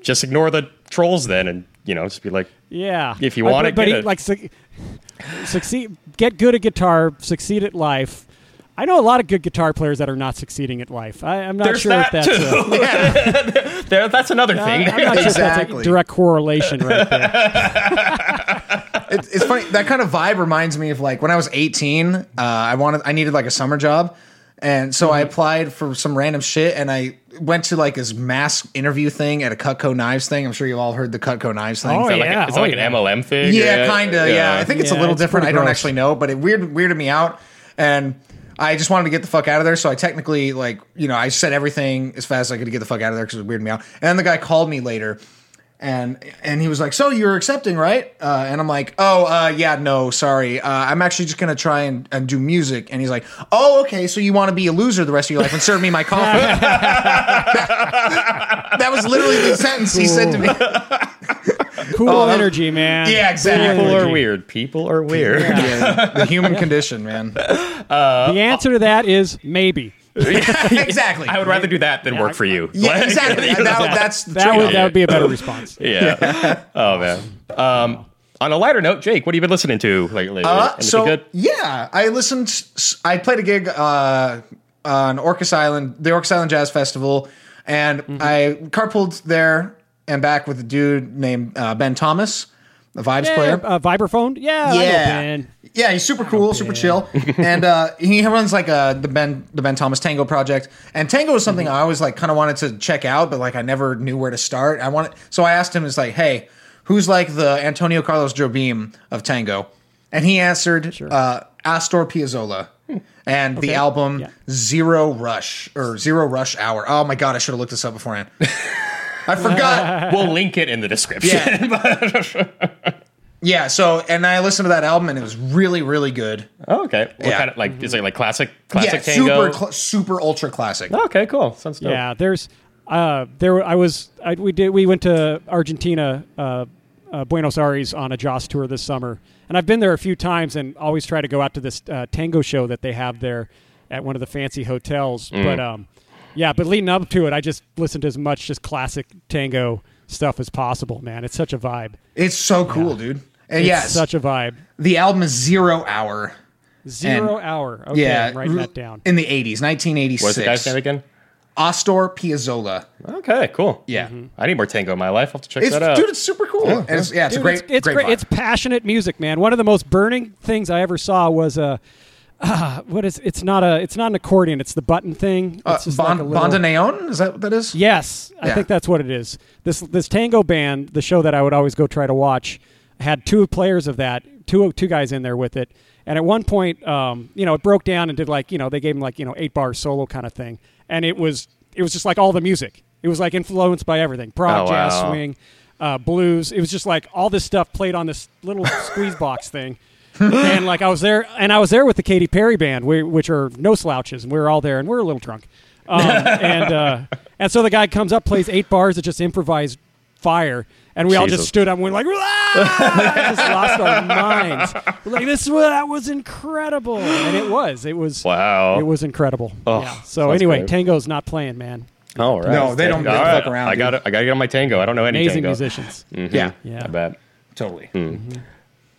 Speaker 2: just ignore the trolls then, and you know, just be like,
Speaker 3: Yeah.
Speaker 2: If you
Speaker 3: But-
Speaker 2: want
Speaker 3: but,
Speaker 2: it,
Speaker 3: but
Speaker 2: get
Speaker 3: he,
Speaker 2: it.
Speaker 3: like suc- succeed, get good at guitar, succeed at life. I know a lot of good guitar players that are not succeeding at life. I, I'm not
Speaker 2: There's
Speaker 3: sure
Speaker 2: that
Speaker 3: if that's
Speaker 2: *laughs* too.
Speaker 3: a,
Speaker 2: there, that's another *laughs* thing.
Speaker 3: *laughs* I'm not sure if that's a
Speaker 1: Exactly.
Speaker 3: direct correlation
Speaker 2: *laughs*
Speaker 3: right there.
Speaker 1: it, it's funny. That kind of vibe reminds me of like when I was 18. Uh, I wanted, I needed like a summer job, and so
Speaker 3: Mm-hmm.
Speaker 1: I applied for some random shit, and I went to like this mass interview thing at a Cutco Knives thing. I'm sure you all heard the Cutco Knives thing.
Speaker 3: Oh,
Speaker 1: So,
Speaker 2: Is that
Speaker 1: like,
Speaker 2: like,
Speaker 3: yeah.
Speaker 2: is that like
Speaker 3: Oh, yeah.
Speaker 2: an MLM thing?
Speaker 1: Yeah, kind of. Yeah. I think it's a
Speaker 3: Yeah,
Speaker 1: little
Speaker 3: it's
Speaker 1: different.
Speaker 3: pretty
Speaker 1: I don't
Speaker 3: gross.
Speaker 1: actually know, but it weird weirded me out, and I just wanted to get the fuck out of there. So I technically, like, you know, I said everything as fast as I could to get the fuck out of there because it weirded me out. And then the guy called me later, and and he was like, "So you're accepting, right?" Uh, and I'm like, "Oh, uh, yeah, no, sorry. Uh, I'm actually just gonna try and, and do music." And he's like, "Oh, okay. So you want to be a loser the rest of your life and serve me my coffee?" that, that was literally the sentence he said to me.
Speaker 3: cool
Speaker 1: Oh, that-
Speaker 3: energy, man.
Speaker 1: Yeah, exactly.
Speaker 2: People are
Speaker 3: energy.
Speaker 2: weird. People are weird.
Speaker 1: Yeah, the human condition, man.
Speaker 2: Uh,
Speaker 3: the answer to that is maybe.
Speaker 1: *laughs* exactly.
Speaker 2: *laughs* I would rather do that than work for you.
Speaker 1: Yeah,
Speaker 2: *laughs*
Speaker 1: exactly. That-
Speaker 2: Oh,
Speaker 1: that's the
Speaker 3: That would,
Speaker 2: Yeah.
Speaker 3: that would be a better response.
Speaker 2: Yeah. *laughs* oh man. Um, on a lighter note, Jake, what have you been listening to lately?
Speaker 1: Uh,
Speaker 2: Anything
Speaker 1: so
Speaker 3: *laughs*
Speaker 2: good?
Speaker 1: yeah, I listened. s- I played a gig uh, on Orcas Island, the Orcas Island Jazz Festival, and I carpooled there and back with a dude named uh, Ben Thomas, the vibes
Speaker 3: Yeah,
Speaker 1: player.
Speaker 3: uh, vibraphone. Yeah, I know, Oh, Ben.
Speaker 1: Yeah, he's super cool, super
Speaker 3: *laughs*
Speaker 1: chill, and uh, he runs like uh, the Ben the Ben Thomas Tango project. And Tango is something I always like kind of wanted to check out, but like I never knew where to start. I wanted, so I asked him, "Is like, hey, who's like the Antonio Carlos Jobim of Tango?" And he answered, uh, "Astor Piazzolla." And the album
Speaker 3: Hmm. yeah.
Speaker 1: Zero Rush or Zero Rush Hour. Oh my god, I should have looked this up
Speaker 3: *laughs*
Speaker 1: beforehand. I forgot.
Speaker 2: We'll link it in the description.
Speaker 1: Yeah. *laughs* Yeah, so and I listened to that album and it was really, really good.
Speaker 2: *laughs* oh, okay. What
Speaker 1: Yeah.
Speaker 2: kind of like is it like classic classic
Speaker 1: yeah,
Speaker 2: tango?
Speaker 1: super, cl- super ultra classic.
Speaker 2: okay, cool. Sounds dope.
Speaker 3: Yeah, there's uh, there. I was I, we did we went to Argentina, uh, uh, Buenos Aires on a Joss tour this summer, and I've been there a few times and always try to go out to this uh, tango show that they have there at one of the fancy hotels.
Speaker 1: Mm-hmm.
Speaker 3: But um, yeah, but leading up to it, I just listened to as much just classic tango stuff as possible. Man, it's such a vibe.
Speaker 1: It's so cool, dude. And
Speaker 3: It's
Speaker 1: yes,
Speaker 3: such a vibe.
Speaker 1: the album is Zero Hour.
Speaker 3: Zero
Speaker 1: And-
Speaker 3: hour. Okay,
Speaker 1: Yeah,
Speaker 3: I'm writing
Speaker 1: r-
Speaker 3: that down.
Speaker 1: In the eighties, nineteen
Speaker 2: What's the
Speaker 1: eighty-six.
Speaker 2: guy's name again?
Speaker 1: Astor Piazzolla.
Speaker 2: Okay, cool.
Speaker 1: Yeah,
Speaker 2: I need more tango in my life. I'll have to check
Speaker 1: it's
Speaker 2: that out.
Speaker 1: dude, it's super cool. And it's, yeah, it's a
Speaker 3: Dude,
Speaker 1: great,
Speaker 3: It's, it's
Speaker 1: great,
Speaker 3: great.
Speaker 1: vibe.
Speaker 3: It's passionate music, man. One of the most burning things I ever saw was a. Uh, *sighs* what is? It's not a. It's not an accordion. It's the button thing.
Speaker 1: uh,
Speaker 3: It's just
Speaker 1: bon,
Speaker 3: like a little-
Speaker 1: Bondaneon? Is that what that is?
Speaker 3: Yes, I
Speaker 1: Yeah.
Speaker 3: think that's what it is. This this tango band, the show that I would always go try to watch, had two players of that, two two guys in there with it. And at one point, um, you know, it broke down and did like you know they gave him like you know eight bar solo kind of thing, and it was it was just like all the music. It was like influenced by everything: prog,
Speaker 2: Oh,
Speaker 3: jazz,
Speaker 2: wow.
Speaker 3: swing, uh, blues. It was just like all this stuff played on this
Speaker 2: *laughs*
Speaker 3: little squeeze box thing. and like I was there, and I was there with the Katy Perry band, we, which are no slouches, and we were all there, and we were a little drunk.
Speaker 2: *laughs*
Speaker 3: Um, and uh, and so the guy comes up, plays eight bars of just improvised fire, and we all just
Speaker 2: Jesus.
Speaker 3: stood up and went like, "Ah!" We just lost our minds. We're like this, wa- that was incredible, and it was, it was,
Speaker 2: Wow.
Speaker 3: it was incredible.
Speaker 2: Oh,
Speaker 3: yeah. So
Speaker 2: sounds
Speaker 3: anyway,
Speaker 2: great.
Speaker 3: Tango's not playing, man.
Speaker 2: All right.
Speaker 1: No, they don't- they don't
Speaker 2: All
Speaker 1: fuck around,
Speaker 2: I
Speaker 1: dude.
Speaker 2: got I got to get on my tango. I don't know any
Speaker 3: Amazing
Speaker 2: tango.
Speaker 3: musicians.
Speaker 1: yeah,
Speaker 3: Yeah.
Speaker 2: I bet.
Speaker 1: totally.
Speaker 2: Mm-hmm.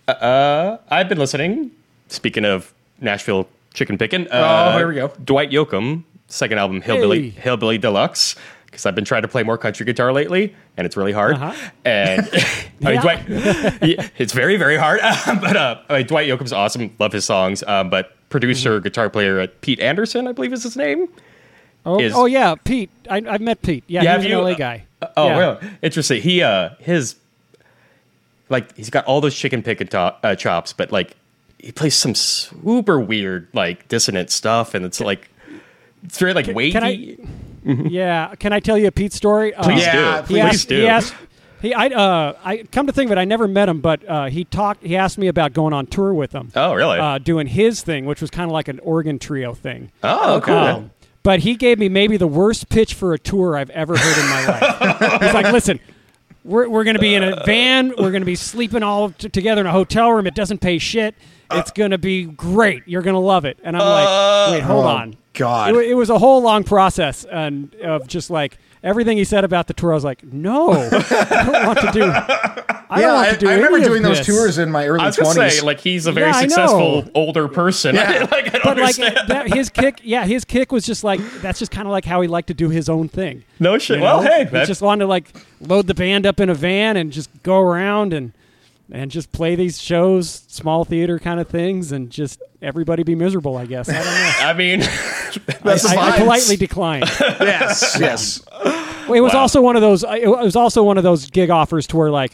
Speaker 2: I've been listening. Speaking of Nashville chicken picking, uh,
Speaker 1: Oh, here we go.
Speaker 2: Dwight Yoakam, second album, Hillbilly
Speaker 3: Hey.
Speaker 2: Hillbilly Deluxe. Because I've been trying to play more country guitar lately, and it's really hard.
Speaker 3: Uh-huh.
Speaker 1: *laughs*
Speaker 2: And *laughs* I mean,
Speaker 3: Yeah.
Speaker 2: Dwight, yeah, it's very very hard. *laughs* but uh, I mean, Dwight Yoakam's awesome. Love his songs. Um, but producer,
Speaker 1: Mm-hmm.
Speaker 2: guitar player uh, Pete Anderson, I believe is his name.
Speaker 3: Oh,
Speaker 2: Is-
Speaker 3: oh yeah, Pete. I, I've met Pete. Yeah,
Speaker 2: Yeah,
Speaker 3: he's
Speaker 2: have
Speaker 3: an
Speaker 2: you-
Speaker 3: LA guy.
Speaker 2: Oh,
Speaker 3: yeah.
Speaker 2: really? Interesting. He uh his like he's got all those chicken pick and to- uh, chops, but like he plays some super weird like dissonant stuff, and it's like it's very like weighty.
Speaker 3: can I- Yeah. Can I tell you a Pete story? Uh,
Speaker 2: Please
Speaker 1: Yeah, please
Speaker 2: do.
Speaker 3: He
Speaker 2: Please
Speaker 3: asked,
Speaker 2: do.
Speaker 3: He asked, he, I, uh, I come to think of it, I never met him, but uh, he talked. He asked me about going on tour with him.
Speaker 2: Oh, really?
Speaker 3: Uh, doing his thing, which was kind of like an organ trio thing.
Speaker 2: oh, cool.
Speaker 3: Um, but he gave me maybe the worst pitch for a tour I've ever heard in my life. He's like, listen, we're, we're going to be in a van. We're going to be sleeping all t- together in a hotel room. It doesn't pay shit. It's going to be great. You're going to love it. And I'm like, wait, hold
Speaker 1: oh,
Speaker 3: on.
Speaker 1: God.
Speaker 3: It, wa- it was a whole long process and of just like everything he said about the tour. I was like, no, I don't want to do.
Speaker 1: Yeah,
Speaker 3: I don't want
Speaker 1: I,
Speaker 3: to do
Speaker 1: I
Speaker 3: any
Speaker 1: remember
Speaker 3: of
Speaker 1: doing those
Speaker 3: this.
Speaker 1: tours in my
Speaker 2: I
Speaker 1: early
Speaker 2: was gonna
Speaker 1: twenties.
Speaker 2: say like he's a very
Speaker 3: Yeah, I know.
Speaker 2: successful older person.
Speaker 1: Yeah.
Speaker 2: *laughs* like I don't
Speaker 3: But like
Speaker 2: understand.
Speaker 3: that, his kick, yeah, his kick was just like that's just kind of like how he liked to do his own thing.
Speaker 2: no shit. well,
Speaker 3: *laughs*
Speaker 2: hey,
Speaker 3: he
Speaker 2: that,
Speaker 3: just wanted to like load the band up in a van and just go around and and just play these shows, small theater kind of things, and just everybody be miserable. I guess I
Speaker 2: *laughs*
Speaker 3: don't know.
Speaker 2: I
Speaker 3: *laughs*
Speaker 2: mean,
Speaker 1: That's the
Speaker 3: I, I
Speaker 1: vibes.
Speaker 3: politely declined.
Speaker 1: *laughs*
Speaker 2: *laughs*
Speaker 1: yes, yes.
Speaker 3: It was also one of those. I- It was also one of those gig offers to where like,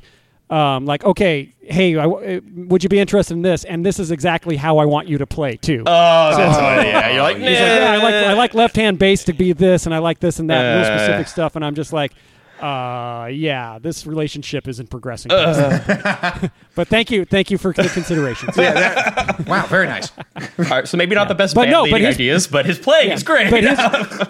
Speaker 3: um, like okay, hey, I w- uh, would you be interested in this? And this is exactly how I want you to play too. *laughs*
Speaker 2: oh, that's what, yeah. You're like,
Speaker 3: He's like,
Speaker 2: "Nah."
Speaker 3: yeah, I like I like left hand bass to be this, and I like this and that, real
Speaker 2: Uh.
Speaker 3: specific stuff. And I'm just like, uh, yeah, this relationship isn't progressing.
Speaker 2: Uh.
Speaker 3: *laughs* but thank you, thank you for
Speaker 2: *laughs*
Speaker 3: the consideration.
Speaker 1: wow, very nice.
Speaker 2: All right, so maybe not the best
Speaker 3: But
Speaker 2: band
Speaker 3: no, but
Speaker 2: leading
Speaker 3: his-
Speaker 2: ideas, but his playing is great.
Speaker 3: But his,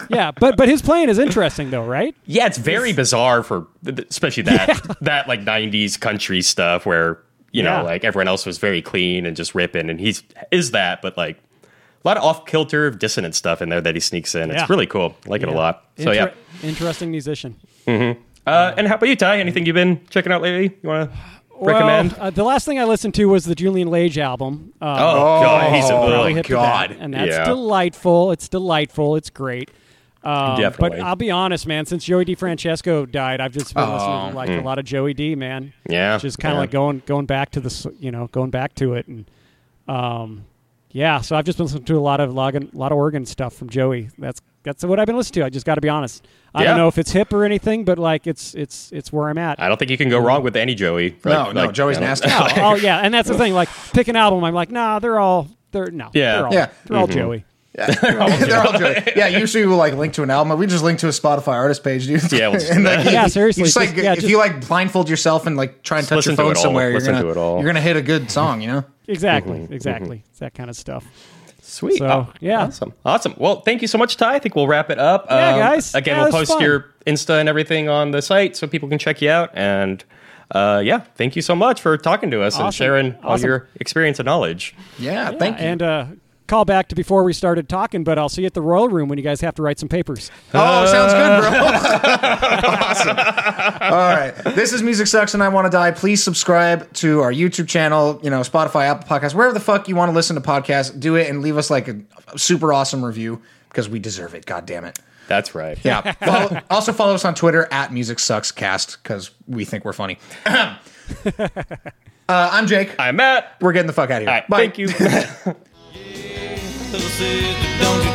Speaker 3: yeah, but but his playing is interesting though, right?
Speaker 2: yeah, it's very bizarre for especially that *laughs* that like '90s country stuff where you know
Speaker 3: Yeah.
Speaker 2: like everyone else was very clean and just ripping, and he's is that, but like a lot of off kilter dissonant stuff in there that he sneaks in.
Speaker 3: Yeah.
Speaker 2: It's really cool. I like it a lot. So yeah.
Speaker 3: Inter- interesting musician.
Speaker 2: Uh, and how about you, Ty? Anything you've been checking out lately?
Speaker 1: *sighs*
Speaker 2: You want to recommend?
Speaker 3: Well, uh, the last thing I listened to was the Julian Lage album. Uh,
Speaker 2: oh, God, he's a
Speaker 3: probably
Speaker 2: oh,
Speaker 3: hip to
Speaker 2: God.
Speaker 3: that, and that's
Speaker 2: yeah.
Speaker 3: delightful. It's delightful. It's great. Um,
Speaker 2: Definitely. Oh.
Speaker 3: But I'll be honest, man. Since Joey DiFrancesco died, I've just been listening to like a lot of Joey D, man.
Speaker 2: Mm. Yeah,
Speaker 3: just kind of
Speaker 2: yeah.
Speaker 3: like going going back to the s- you know going back to it, and um, yeah. So I've just been listening to a lot of Logan, a lot of Oregon stuff from Joey. That's that's what I've been listening to. I just got to be honest. I
Speaker 2: Yeah.
Speaker 3: don't know if it's hip or anything, but like it's it's it's where I'm at.
Speaker 2: I don't think you can go wrong with any Joey.
Speaker 1: No,
Speaker 2: Like-
Speaker 1: no,
Speaker 2: like,
Speaker 1: Joey's
Speaker 2: you
Speaker 1: *laughs*
Speaker 2: know.
Speaker 3: *laughs*
Speaker 1: nasty.
Speaker 3: oh, *laughs* oh, yeah, and that's the thing. Like pick an album, I'm like, nah, they're all they're no,
Speaker 2: Yeah. Mm-hmm.
Speaker 3: they're all,
Speaker 1: Yeah.
Speaker 3: they're all Joey.
Speaker 1: Yeah, they're all doing it. Yeah, usually we'll like link to an album. We just link to a Spotify artist page, dude. *laughs*
Speaker 2: Yeah, we'll just do
Speaker 1: And, like,
Speaker 2: that.
Speaker 3: Yeah,
Speaker 1: you-
Speaker 3: seriously,
Speaker 1: you just,
Speaker 3: just-
Speaker 1: like,
Speaker 3: yeah,
Speaker 1: if
Speaker 3: just-
Speaker 1: you like blindfold yourself and like try and touch
Speaker 2: Listen
Speaker 1: your
Speaker 2: to
Speaker 1: phone
Speaker 2: it all.
Speaker 1: somewhere, you're
Speaker 2: Listen
Speaker 1: gonna
Speaker 2: to it all.
Speaker 1: you're gonna hit a good song, you know.
Speaker 3: Exactly,
Speaker 2: Mm-hmm.
Speaker 3: exactly. It's that kind of stuff.
Speaker 2: Sweet.
Speaker 3: So,
Speaker 2: Oh,
Speaker 3: yeah.
Speaker 2: Awesome. Awesome. Well, thank you so much, Ty. I think we'll wrap it up. Um,
Speaker 3: Yeah, guys.
Speaker 2: Again,
Speaker 3: Yeah,
Speaker 2: we'll
Speaker 3: it was
Speaker 2: post
Speaker 3: fun.
Speaker 2: your Insta and everything on the site so people can check you out. And uh, yeah, thank you so much for talking to us and
Speaker 3: Awesome.
Speaker 2: sharing all
Speaker 3: Awesome.
Speaker 2: your experience and knowledge.
Speaker 1: Yeah, thank you.
Speaker 3: *laughs* And uh, call back to before we started talking, but I'll see you at the Royal Room when you guys have to write some papers.
Speaker 1: oh, sounds good,
Speaker 2: *laughs*
Speaker 1: bro. awesome. All right, this is Music Sucks and I Want to Die. Please subscribe to our YouTube channel, you know, Spotify, Apple Podcasts, wherever the fuck you want to listen to podcasts. Do it and leave us like a super awesome review because we deserve it. God damn it.
Speaker 2: That's right.
Speaker 1: Yeah. Follow, also follow us on Twitter at Music Sucks Cast because we think we're funny. *clears throat* uh, I'm Jake.
Speaker 2: I'm Matt.
Speaker 3: *laughs*
Speaker 1: We're getting the fuck out of here.
Speaker 2: All right.
Speaker 1: Bye.
Speaker 2: Thank you.
Speaker 4: Sister, don't you